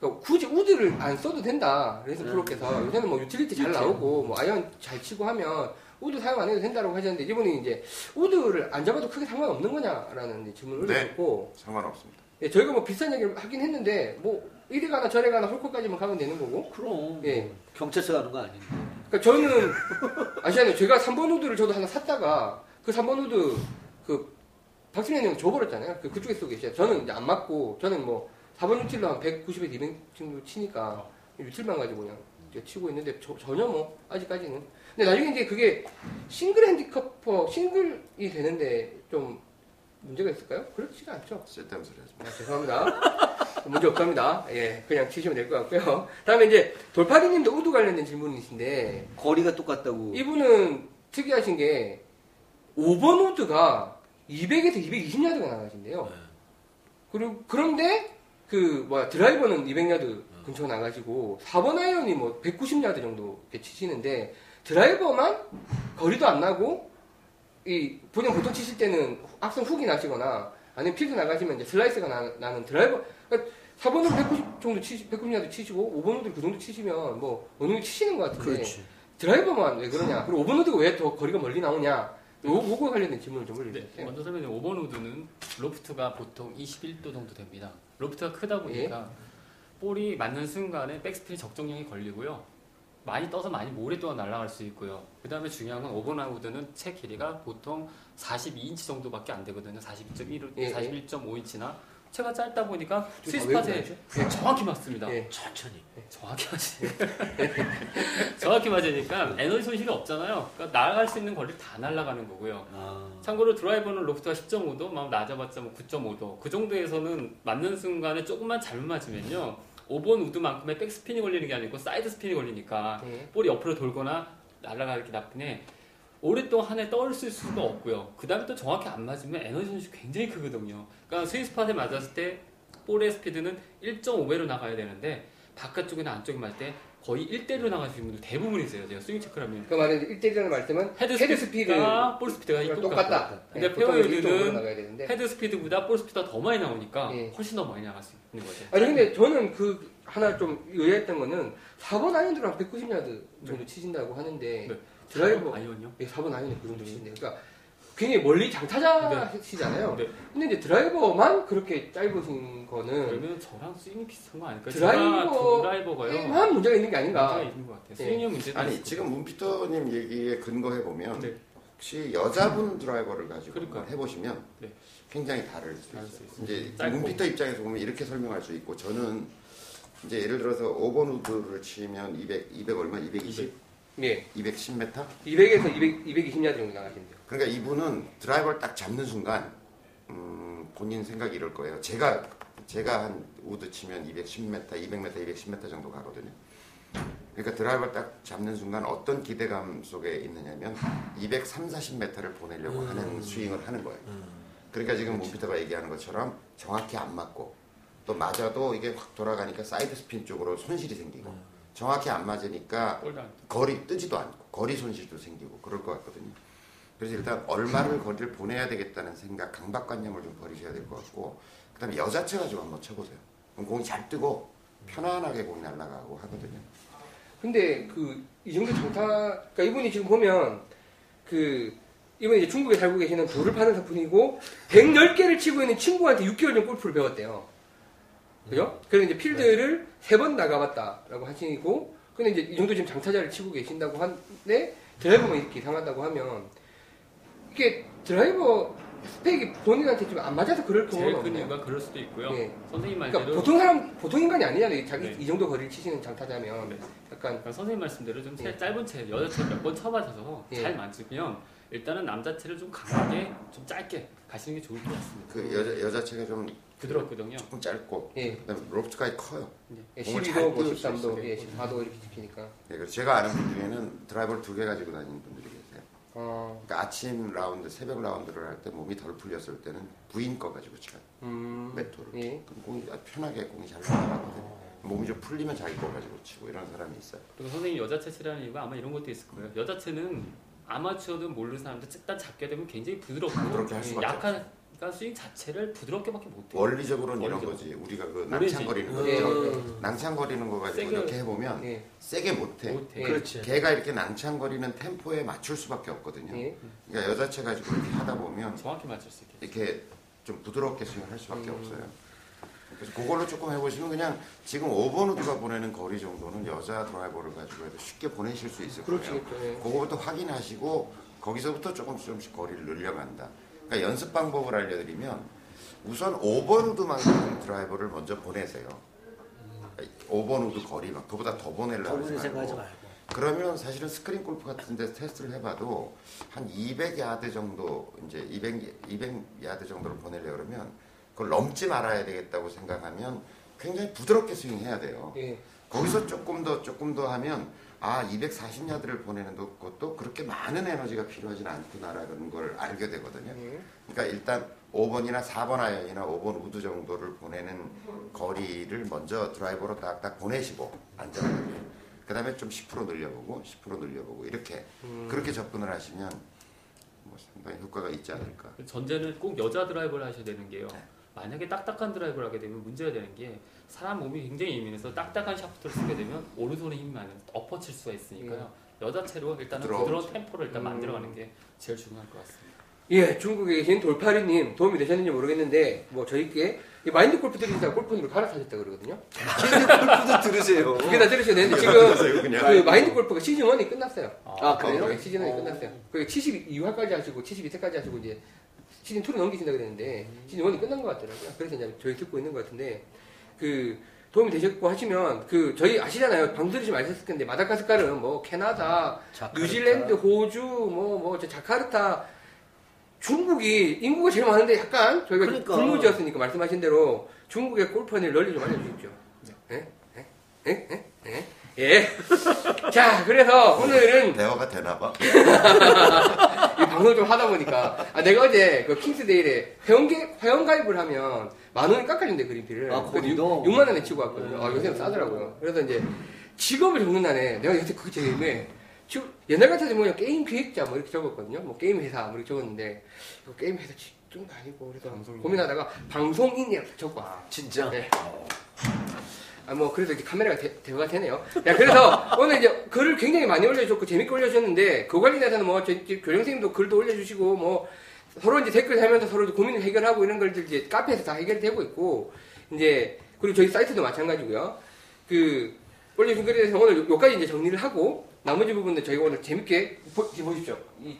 Speaker 1: 그 굳이 우드를 안 써도 된다 레슨
Speaker 2: 음.
Speaker 1: 프로께서 요새는 뭐 유틸리티 잘 나오고 뭐 아이언 잘 치고 하면 우드 사용 안 해도 된다고 하셨는데 이분이 이제 우드를 안 잡아도 크게 상관없는 거냐라는 이제 질문을
Speaker 3: 네.
Speaker 1: 올리셨고
Speaker 3: 상관없습니다.
Speaker 1: 예, 저희가 뭐 비싼 얘기를 하긴 했는데 뭐 이리 가나 저리 가나 홀코까지만 가면 되는 거고
Speaker 2: 그럼
Speaker 1: 예.
Speaker 2: 경찰서 가는 거 아닌데.
Speaker 1: 그러니까 저는 아시아요 제가 3번 후드를 저도 하나 샀다가 그 3번 후드 그 박진현 형 줘버렸잖아요 그, 그쪽에 쓰고 계시죠 저는 이제 안 맞고 저는 뭐 4번 유틸로 한 190에 200 정도 치니까 유틸만 가지고 그냥 이제 치고 있는데 저- 전혀 뭐 아직까지는 근데 나중에 이제 그게 싱글 핸디커퍼 싱글이 되는데 좀 문제가 있을까요? 그렇지가 않죠
Speaker 3: 쓸데없는 소리 하지 마.
Speaker 1: 아, 죄송합니다. 문제 없답니다. 예, 그냥 치시면 될 것 같고요. 다음에 이제 돌파리님도 우드 관련된 질문이신데
Speaker 2: 거리가 똑같다고.
Speaker 1: 이분은 특이하신 게 5번 우드가 200에서 220야드가
Speaker 2: 네.
Speaker 1: 나가신대요. 그리고 그런데 그 뭐야 드라이버는 200야드
Speaker 2: 음.
Speaker 1: 근처 나가시고 4번 아이언이 뭐 190야드 정도 이렇게 치시는데 드라이버만 거리도 안 나고 이 보통 보통 치실 때는 악성 훅이 나시거나 아니면 필드 나가시면 이제 슬라이스가 나, 는 드라이버 그러니까 4번으로 190 정도 치시 190야드 치시고 5번으로 그 정도 치시면 뭐 어느 정도 치시는 것 같은데
Speaker 2: 그렇지.
Speaker 1: 드라이버만 왜
Speaker 4: 음.
Speaker 1: 그러냐? 그리고 오버노드가 왜 더 거리가 멀리 나오냐? 요, 요거 관련된 질문을 좀
Speaker 4: 네,
Speaker 1: 올려주세요.
Speaker 4: 먼저 설명해 5번 우드는 로프트가 보통 21도 정도 됩니다. 로프트가 크다
Speaker 1: 예.
Speaker 4: 보니까 볼이 맞는 순간에 백스핀이 적정량이 걸리고요. 많이 떠서 많이 오랫동안 날아갈 수 있고요. 그 다음에 중요한 건 5번 우드는 채 길이가 보통 42인치 정도밖에 안 되거든요. 42.1,
Speaker 1: 예, 예.
Speaker 4: 41.5인치나 채가 짧다 보니까
Speaker 1: 다
Speaker 4: 스위스팟에
Speaker 1: 외우나요?
Speaker 4: 예, 정확히 맞습니다.
Speaker 1: 예. 예.
Speaker 2: 천천히.
Speaker 4: 정확히 맞으니까 정확히 맞으니까 에너지 손실이 없잖아요. 그러니까 날아갈 수 있는 거리를 다 날아가는 거고요.
Speaker 2: 아.
Speaker 4: 참고로 드라이버는 로프트가 10.5도, 막 낮아봤자 뭐 9.5도. 그 정도에서는 맞는 순간에 조금만 잘못 맞으면요. 5번 우드만큼의 백스핀이 걸리는 게 아니고 사이드 스핀이 걸리니까
Speaker 1: 네.
Speaker 4: 볼이 옆으로 돌거나 날아가기 나쁘네. 오랫동안에 떠올릴 수가 없고요. 그 다음에 또 정확히 안 맞으면 에너지 손실이 굉장히 크거든요. 그러니까 스윙스팟에 맞았을 때 볼의 스피드는 1.5배로 나가야 되는데 바깥쪽이나 안쪽에 맞을 때 거의 1대1로 나가시는 분들 대부분이세요. 제가 스윙 체크를 하면. 그러니까
Speaker 1: 그 말은 1대1이라는 말씀은
Speaker 4: 헤드 그러니까
Speaker 1: 헤드
Speaker 4: 스피드와 볼 스피드가
Speaker 1: 똑같다.
Speaker 4: 똑같다. 근데
Speaker 1: 예, 보통
Speaker 4: 페어웨이들은
Speaker 1: 위쪽으로 나가야 되는데.
Speaker 4: 헤드 스피드보다 볼 스피드가 더 많이 나오니까
Speaker 1: 예.
Speaker 4: 훨씬 더 많이 나갈 수 있는 거죠.
Speaker 1: 아니 근데 저는 그 하나 좀 의외했던 거는 4번 아이언드로 한 190야드 정도 치신다고 하는데
Speaker 4: 네.
Speaker 1: 드라이버
Speaker 4: 아이언이요?
Speaker 1: 예, 4번 아이언드 그 정도 치신데 그러니까 굉장히 멀리 장타자시잖아요.
Speaker 4: 네.
Speaker 1: 근데 이제 드라이버만 그렇게 짧으신 거는
Speaker 4: 그러면 저랑 스윙이 비슷한 거 아닐까요?
Speaker 1: 드라이버-
Speaker 4: 제가 드라이버가요.
Speaker 1: 한 문제가 있는 게 아닌가.
Speaker 4: 문제가 있는 것 같아요.
Speaker 1: 네.
Speaker 4: 스윙형 문제도
Speaker 3: 아니
Speaker 4: 있고.
Speaker 3: 지금 문피터님 얘기에 근거해 보면
Speaker 4: 네.
Speaker 3: 혹시 여자분 드라이버를 가지고
Speaker 4: 그러니까요.
Speaker 3: 한번 해보시면
Speaker 4: 네.
Speaker 3: 굉장히 다를 수
Speaker 4: 다를
Speaker 3: 있어요.
Speaker 4: 수
Speaker 3: 이제
Speaker 4: 짧고.
Speaker 3: 문피터 입장에서 보면 이렇게 설명할 수 있고 저는 이제 예를 들어서 5번 우드를 치면 200, 200 얼마? 220,
Speaker 1: 예.
Speaker 3: 210m?
Speaker 1: 200에서 200, 220야드 정도 나가신대요.
Speaker 3: 그러니까 이분은 드라이버를 딱 잡는 순간 음, 본인 생각이 이럴 거예요. 제가 제가 한 우드 치면 210m, 200m, 210m 정도 가거든요. 그러니까 드라이버를 딱 잡는 순간 어떤 기대감 속에 있느냐면 203, 40m를 보내려고 하는 스윙을 하는 거예요. 그러니까 지금 문피터가 얘기하는 것처럼 정확히 안 맞고 또 맞아도 이게 확 돌아가니까 사이드 스핀 쪽으로 손실이 생기고 정확히 안 맞으니까
Speaker 4: 볼도 안
Speaker 3: 거리 뜨지도 않고 거리 손실도 생기고 그럴 것 같거든요. 그래서 일단 얼마를 거리를 보내야 되겠다는 생각, 강박관념을 좀 버리셔야 될 것 같고 그다음에 여자채 가지고 한번 쳐보세요. 그럼 공이 잘 뜨고 편안하게 공이 날아가고 하거든요.
Speaker 1: 근데 그 이 정도 장타, 그러니까 이분이 지금 보면 그 이분이 이제 중국에 살고 계시는 불을 파는 사분이고 110개를 치고 있는 친구한테 6개월 전 골프를 배웠대요. 그죠?
Speaker 4: 음.
Speaker 1: 그래서 이제
Speaker 4: 네.
Speaker 1: 필드를 세 번 나가봤다라고 하시고, 근데 이제 이 정도 지금 장타자를 치고 계신다고 한데 드라이버만 이렇게 이상하다고 하면 이게 드라이버 스펙이 본인한테 좀 안 맞아서 그럴
Speaker 4: 제일
Speaker 1: 경우가
Speaker 4: 큰
Speaker 1: 없네요.
Speaker 4: 이유가 그럴 수도 있고요.
Speaker 1: 예.
Speaker 4: 선생님 말대로
Speaker 1: 그러니까 보통 사람 보통 인간이 아니잖아요. 자기
Speaker 4: 네.
Speaker 1: 이 정도 거리를 치시는 장타자면
Speaker 4: 네.
Speaker 1: 약간
Speaker 4: 그러니까 선생님 말씀대로 좀
Speaker 1: 예.
Speaker 4: 짧은 채 여자 채몇 번 쳐맞아서
Speaker 1: 예.
Speaker 4: 잘 맞으면 일단은 남자 채를 좀 강하게 좀 짧게 가시는 게 좋을 것 같습니다.
Speaker 3: 그 여자 여자채가 좀
Speaker 4: 부드럽거든요.
Speaker 3: 조금 짧고
Speaker 1: 예.
Speaker 3: 그다음에 로프트까지 커요.
Speaker 1: 예,
Speaker 3: 공을 잘
Speaker 1: 12도,
Speaker 3: 띄울
Speaker 1: 53도,
Speaker 3: 수
Speaker 1: 예, 14도 이렇게 집히니까.
Speaker 3: 예, 그래서 제가 아는 분 중에는 드라이버를 두 개 가지고 다니는 분들이 계세요.
Speaker 1: 어,
Speaker 3: 그러니까 아침 라운드, 새벽 라운드를 할 때 몸이 덜 풀렸을 때는 부인 거 가지고 쳐요.
Speaker 1: 음,
Speaker 3: 매트로.
Speaker 1: 예.
Speaker 3: 그럼 공이 아주 편하게 공이 잘 날아가거든요. 몸이 좀 풀리면 자기 거 가지고 치고 이런 사람이 있어요.
Speaker 4: 그리고 선생님 여자 채치라는 이유가 아마 이런 것도 있을 거예요. 여자 채는 아마추어든 모르는 사람들 일단 잡게 되면 굉장히 부드럽고
Speaker 3: 부드럽게 할
Speaker 4: 예,
Speaker 3: 수밖에
Speaker 4: 약간 그러니까 스윙 자체를 부드럽게밖에 못해요.
Speaker 3: 원리적으로는 이런
Speaker 4: 네. 원리적으로.
Speaker 3: 거지. 우리가 그
Speaker 4: 오렌지. 네.
Speaker 3: 낭창거리는
Speaker 1: 예.
Speaker 3: 거죠. 낭창거리는 거 가지고
Speaker 4: 세게. 네.
Speaker 3: 이렇게 해보면
Speaker 1: 예,
Speaker 3: 세게 못해.
Speaker 4: 못해.
Speaker 1: 예.
Speaker 2: 그렇지.
Speaker 3: 걔가 이렇게 낭창거리는 템포에 맞출 수밖에 없거든요.
Speaker 4: 네.
Speaker 1: 예.
Speaker 3: 그러니까 여자채 가지고 이렇게 하다 보면
Speaker 4: 정확히 맞출 수 있게.
Speaker 3: 이렇게 좀 부드럽게 스윙을 할 수밖에
Speaker 4: 음.
Speaker 3: 없어요. 그래서 그걸로 조금 해보시면 그냥 지금 5번 우드가 보내는 거리 정도는 여자 드라이버를 가지고 해도 쉽게 보내실 수 있을 거예요.
Speaker 1: 그렇죠. 예.
Speaker 3: 그거부터 확인하시고 거기서부터 조금씩 조금씩 거리를 늘려간다. 그러니까 연습 방법을 알려드리면 우선 5번 우드만큼 드라이버를 먼저 보내세요. 5번 우드 거리만 그보다 더
Speaker 1: 예.
Speaker 3: 보내려고
Speaker 2: 저분을
Speaker 3: 하지
Speaker 2: 생각하지
Speaker 3: 말고.
Speaker 2: 말고.
Speaker 3: 그러면 사실은 스크린 골프 같은데 테스트를 해봐도 한 200야드 정도 이제 200 200야드 정도를 보내려 그러면 그걸 넘지 말아야 되겠다고 생각하면 굉장히 부드럽게 스윙해야 돼요.
Speaker 1: 예.
Speaker 3: 거기서 조금 더 조금 더 하면 아 240야드를 보내는 것도 그렇게 많은 에너지가 필요하진 않구나라는 걸 알게 되거든요.
Speaker 1: 예.
Speaker 3: 그러니까 일단 5번이나 4번 아이언이나 5번 우드 정도를 보내는 거리를 먼저 드라이버로 딱딱 보내시고 안전하게 그다음에 좀 10% 늘려보고 10% 늘려보고 이렇게 그렇게 접근을 하시면 뭐 상당히 효과가 있지 않을까.
Speaker 4: 전제는 꼭 여자 드라이버를 하셔야 되는 게요.
Speaker 3: 네.
Speaker 4: 만약에 딱딱한 드라이브를 하게 되면 문제가 되는 게 사람 몸이 굉장히 예민해서 딱딱한 샤프트를 쓰게 되면 오른손에 힘이 많은 엎어칠 수가 있으니까요. 여자체로 일단은
Speaker 3: 부드러운
Speaker 4: 부드러운 템포를 일단
Speaker 1: 음.
Speaker 4: 만들어가는 게 제일 중요할 것 같습니다.
Speaker 1: 예, 중국에 계신 돌파리님 도움이 되셨는지 모르겠는데, 뭐, 저희께 이 마인드 골프 들으시다 골프님을 갈아타셨다 그러거든요.
Speaker 2: 골프도
Speaker 3: 어.
Speaker 2: 들으세요.
Speaker 1: 두 개 다 들으셔야
Speaker 3: 네.
Speaker 1: 되는데, 지금
Speaker 3: 그래서 그냥
Speaker 1: 그 마인드 골프가 시즌 1이 끝났어요.
Speaker 2: 아, 그래요?
Speaker 1: 예, 시즌 1이
Speaker 2: 어.
Speaker 1: 끝났어요. 그 72화까지 하시고, 72세까지 하시고, 이제 시즌 2로 넘기신다 그랬는데,
Speaker 2: 음.
Speaker 1: 시즌 1이 끝난 것 같더라고요. 그래서 이제 저희 듣고 있는 것 같은데, 그 도움이 되셨고 하시면, 그 저희 아시잖아요. 방 들으시면 아셨을 텐데, 마다가스카르는 뭐, 캐나다,
Speaker 2: 자카르타.
Speaker 1: 뉴질랜드, 호주, 뭐, 뭐, 저 자카르타, 중국이 인구가 제일 많은데 약간 저희가
Speaker 2: 그러니까.
Speaker 1: 군무지였으니까
Speaker 2: 네.
Speaker 1: 말씀하신 대로 중국의 골프원을 널리 좀 알려주십시오. 예? 예? 예? 예? 예? 예. 자, 그래서 오늘은
Speaker 3: 대화가 되나봐.
Speaker 1: 이 방송을 좀 하다 보니까 아, 내가 어제 그 킹스데일에 회원계, 회원가입을 하면 만 원이 깎아준대 그린피를
Speaker 2: 아, 거기도?
Speaker 1: 6만 원에 치고 왔거든요 아, 요새는 싸더라고요 그래서 이제 직업을 적는 날에 내가 요새 그게 제일 애매해 지금 옛날 같아도 뭐냐 게임 기획자 뭐 이렇게 적었거든요 뭐 게임 회사 뭐 이렇게 적었는데 이거 게임 회사 직종도 아니고 그래서
Speaker 4: 방송인.
Speaker 1: 고민하다가 방송인이라고 적고 왔어
Speaker 2: 진짜.
Speaker 1: 네. 아, 뭐, 그래도 이렇게 카메라가 대, 대화가 되네요. 야, 그래서 오늘 이제 글을 굉장히 많이 올려주셨고, 재밌게 올려주셨는데, 그 관련해서는 뭐, 제, 제 교령선생님도 글도 올려주시고, 뭐, 서로 이제 댓글 달면서 서로 이제 고민을 해결하고 이런 걸들 이제 카페에서 다 해결되고 있고, 이제, 그리고 저희 사이트도 마찬가지고요. 그, 올려준 글에 대해서 오늘 요- 요까지 이제 정리를 하고, 나머지 부분은 저희가 오늘 재밌게, 보, 이렇게 보십시오. 이,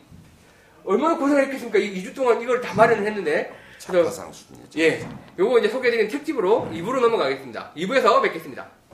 Speaker 1: 얼마나 고생했겠습니까? 이 2주 동안 이걸 다 마련을 했는데,
Speaker 3: 작가상 수준이죠.
Speaker 1: 예. 요거 이제 소개해드린 특집으로 2부로 넘어가겠습니다. 2부에서 뵙겠습니다.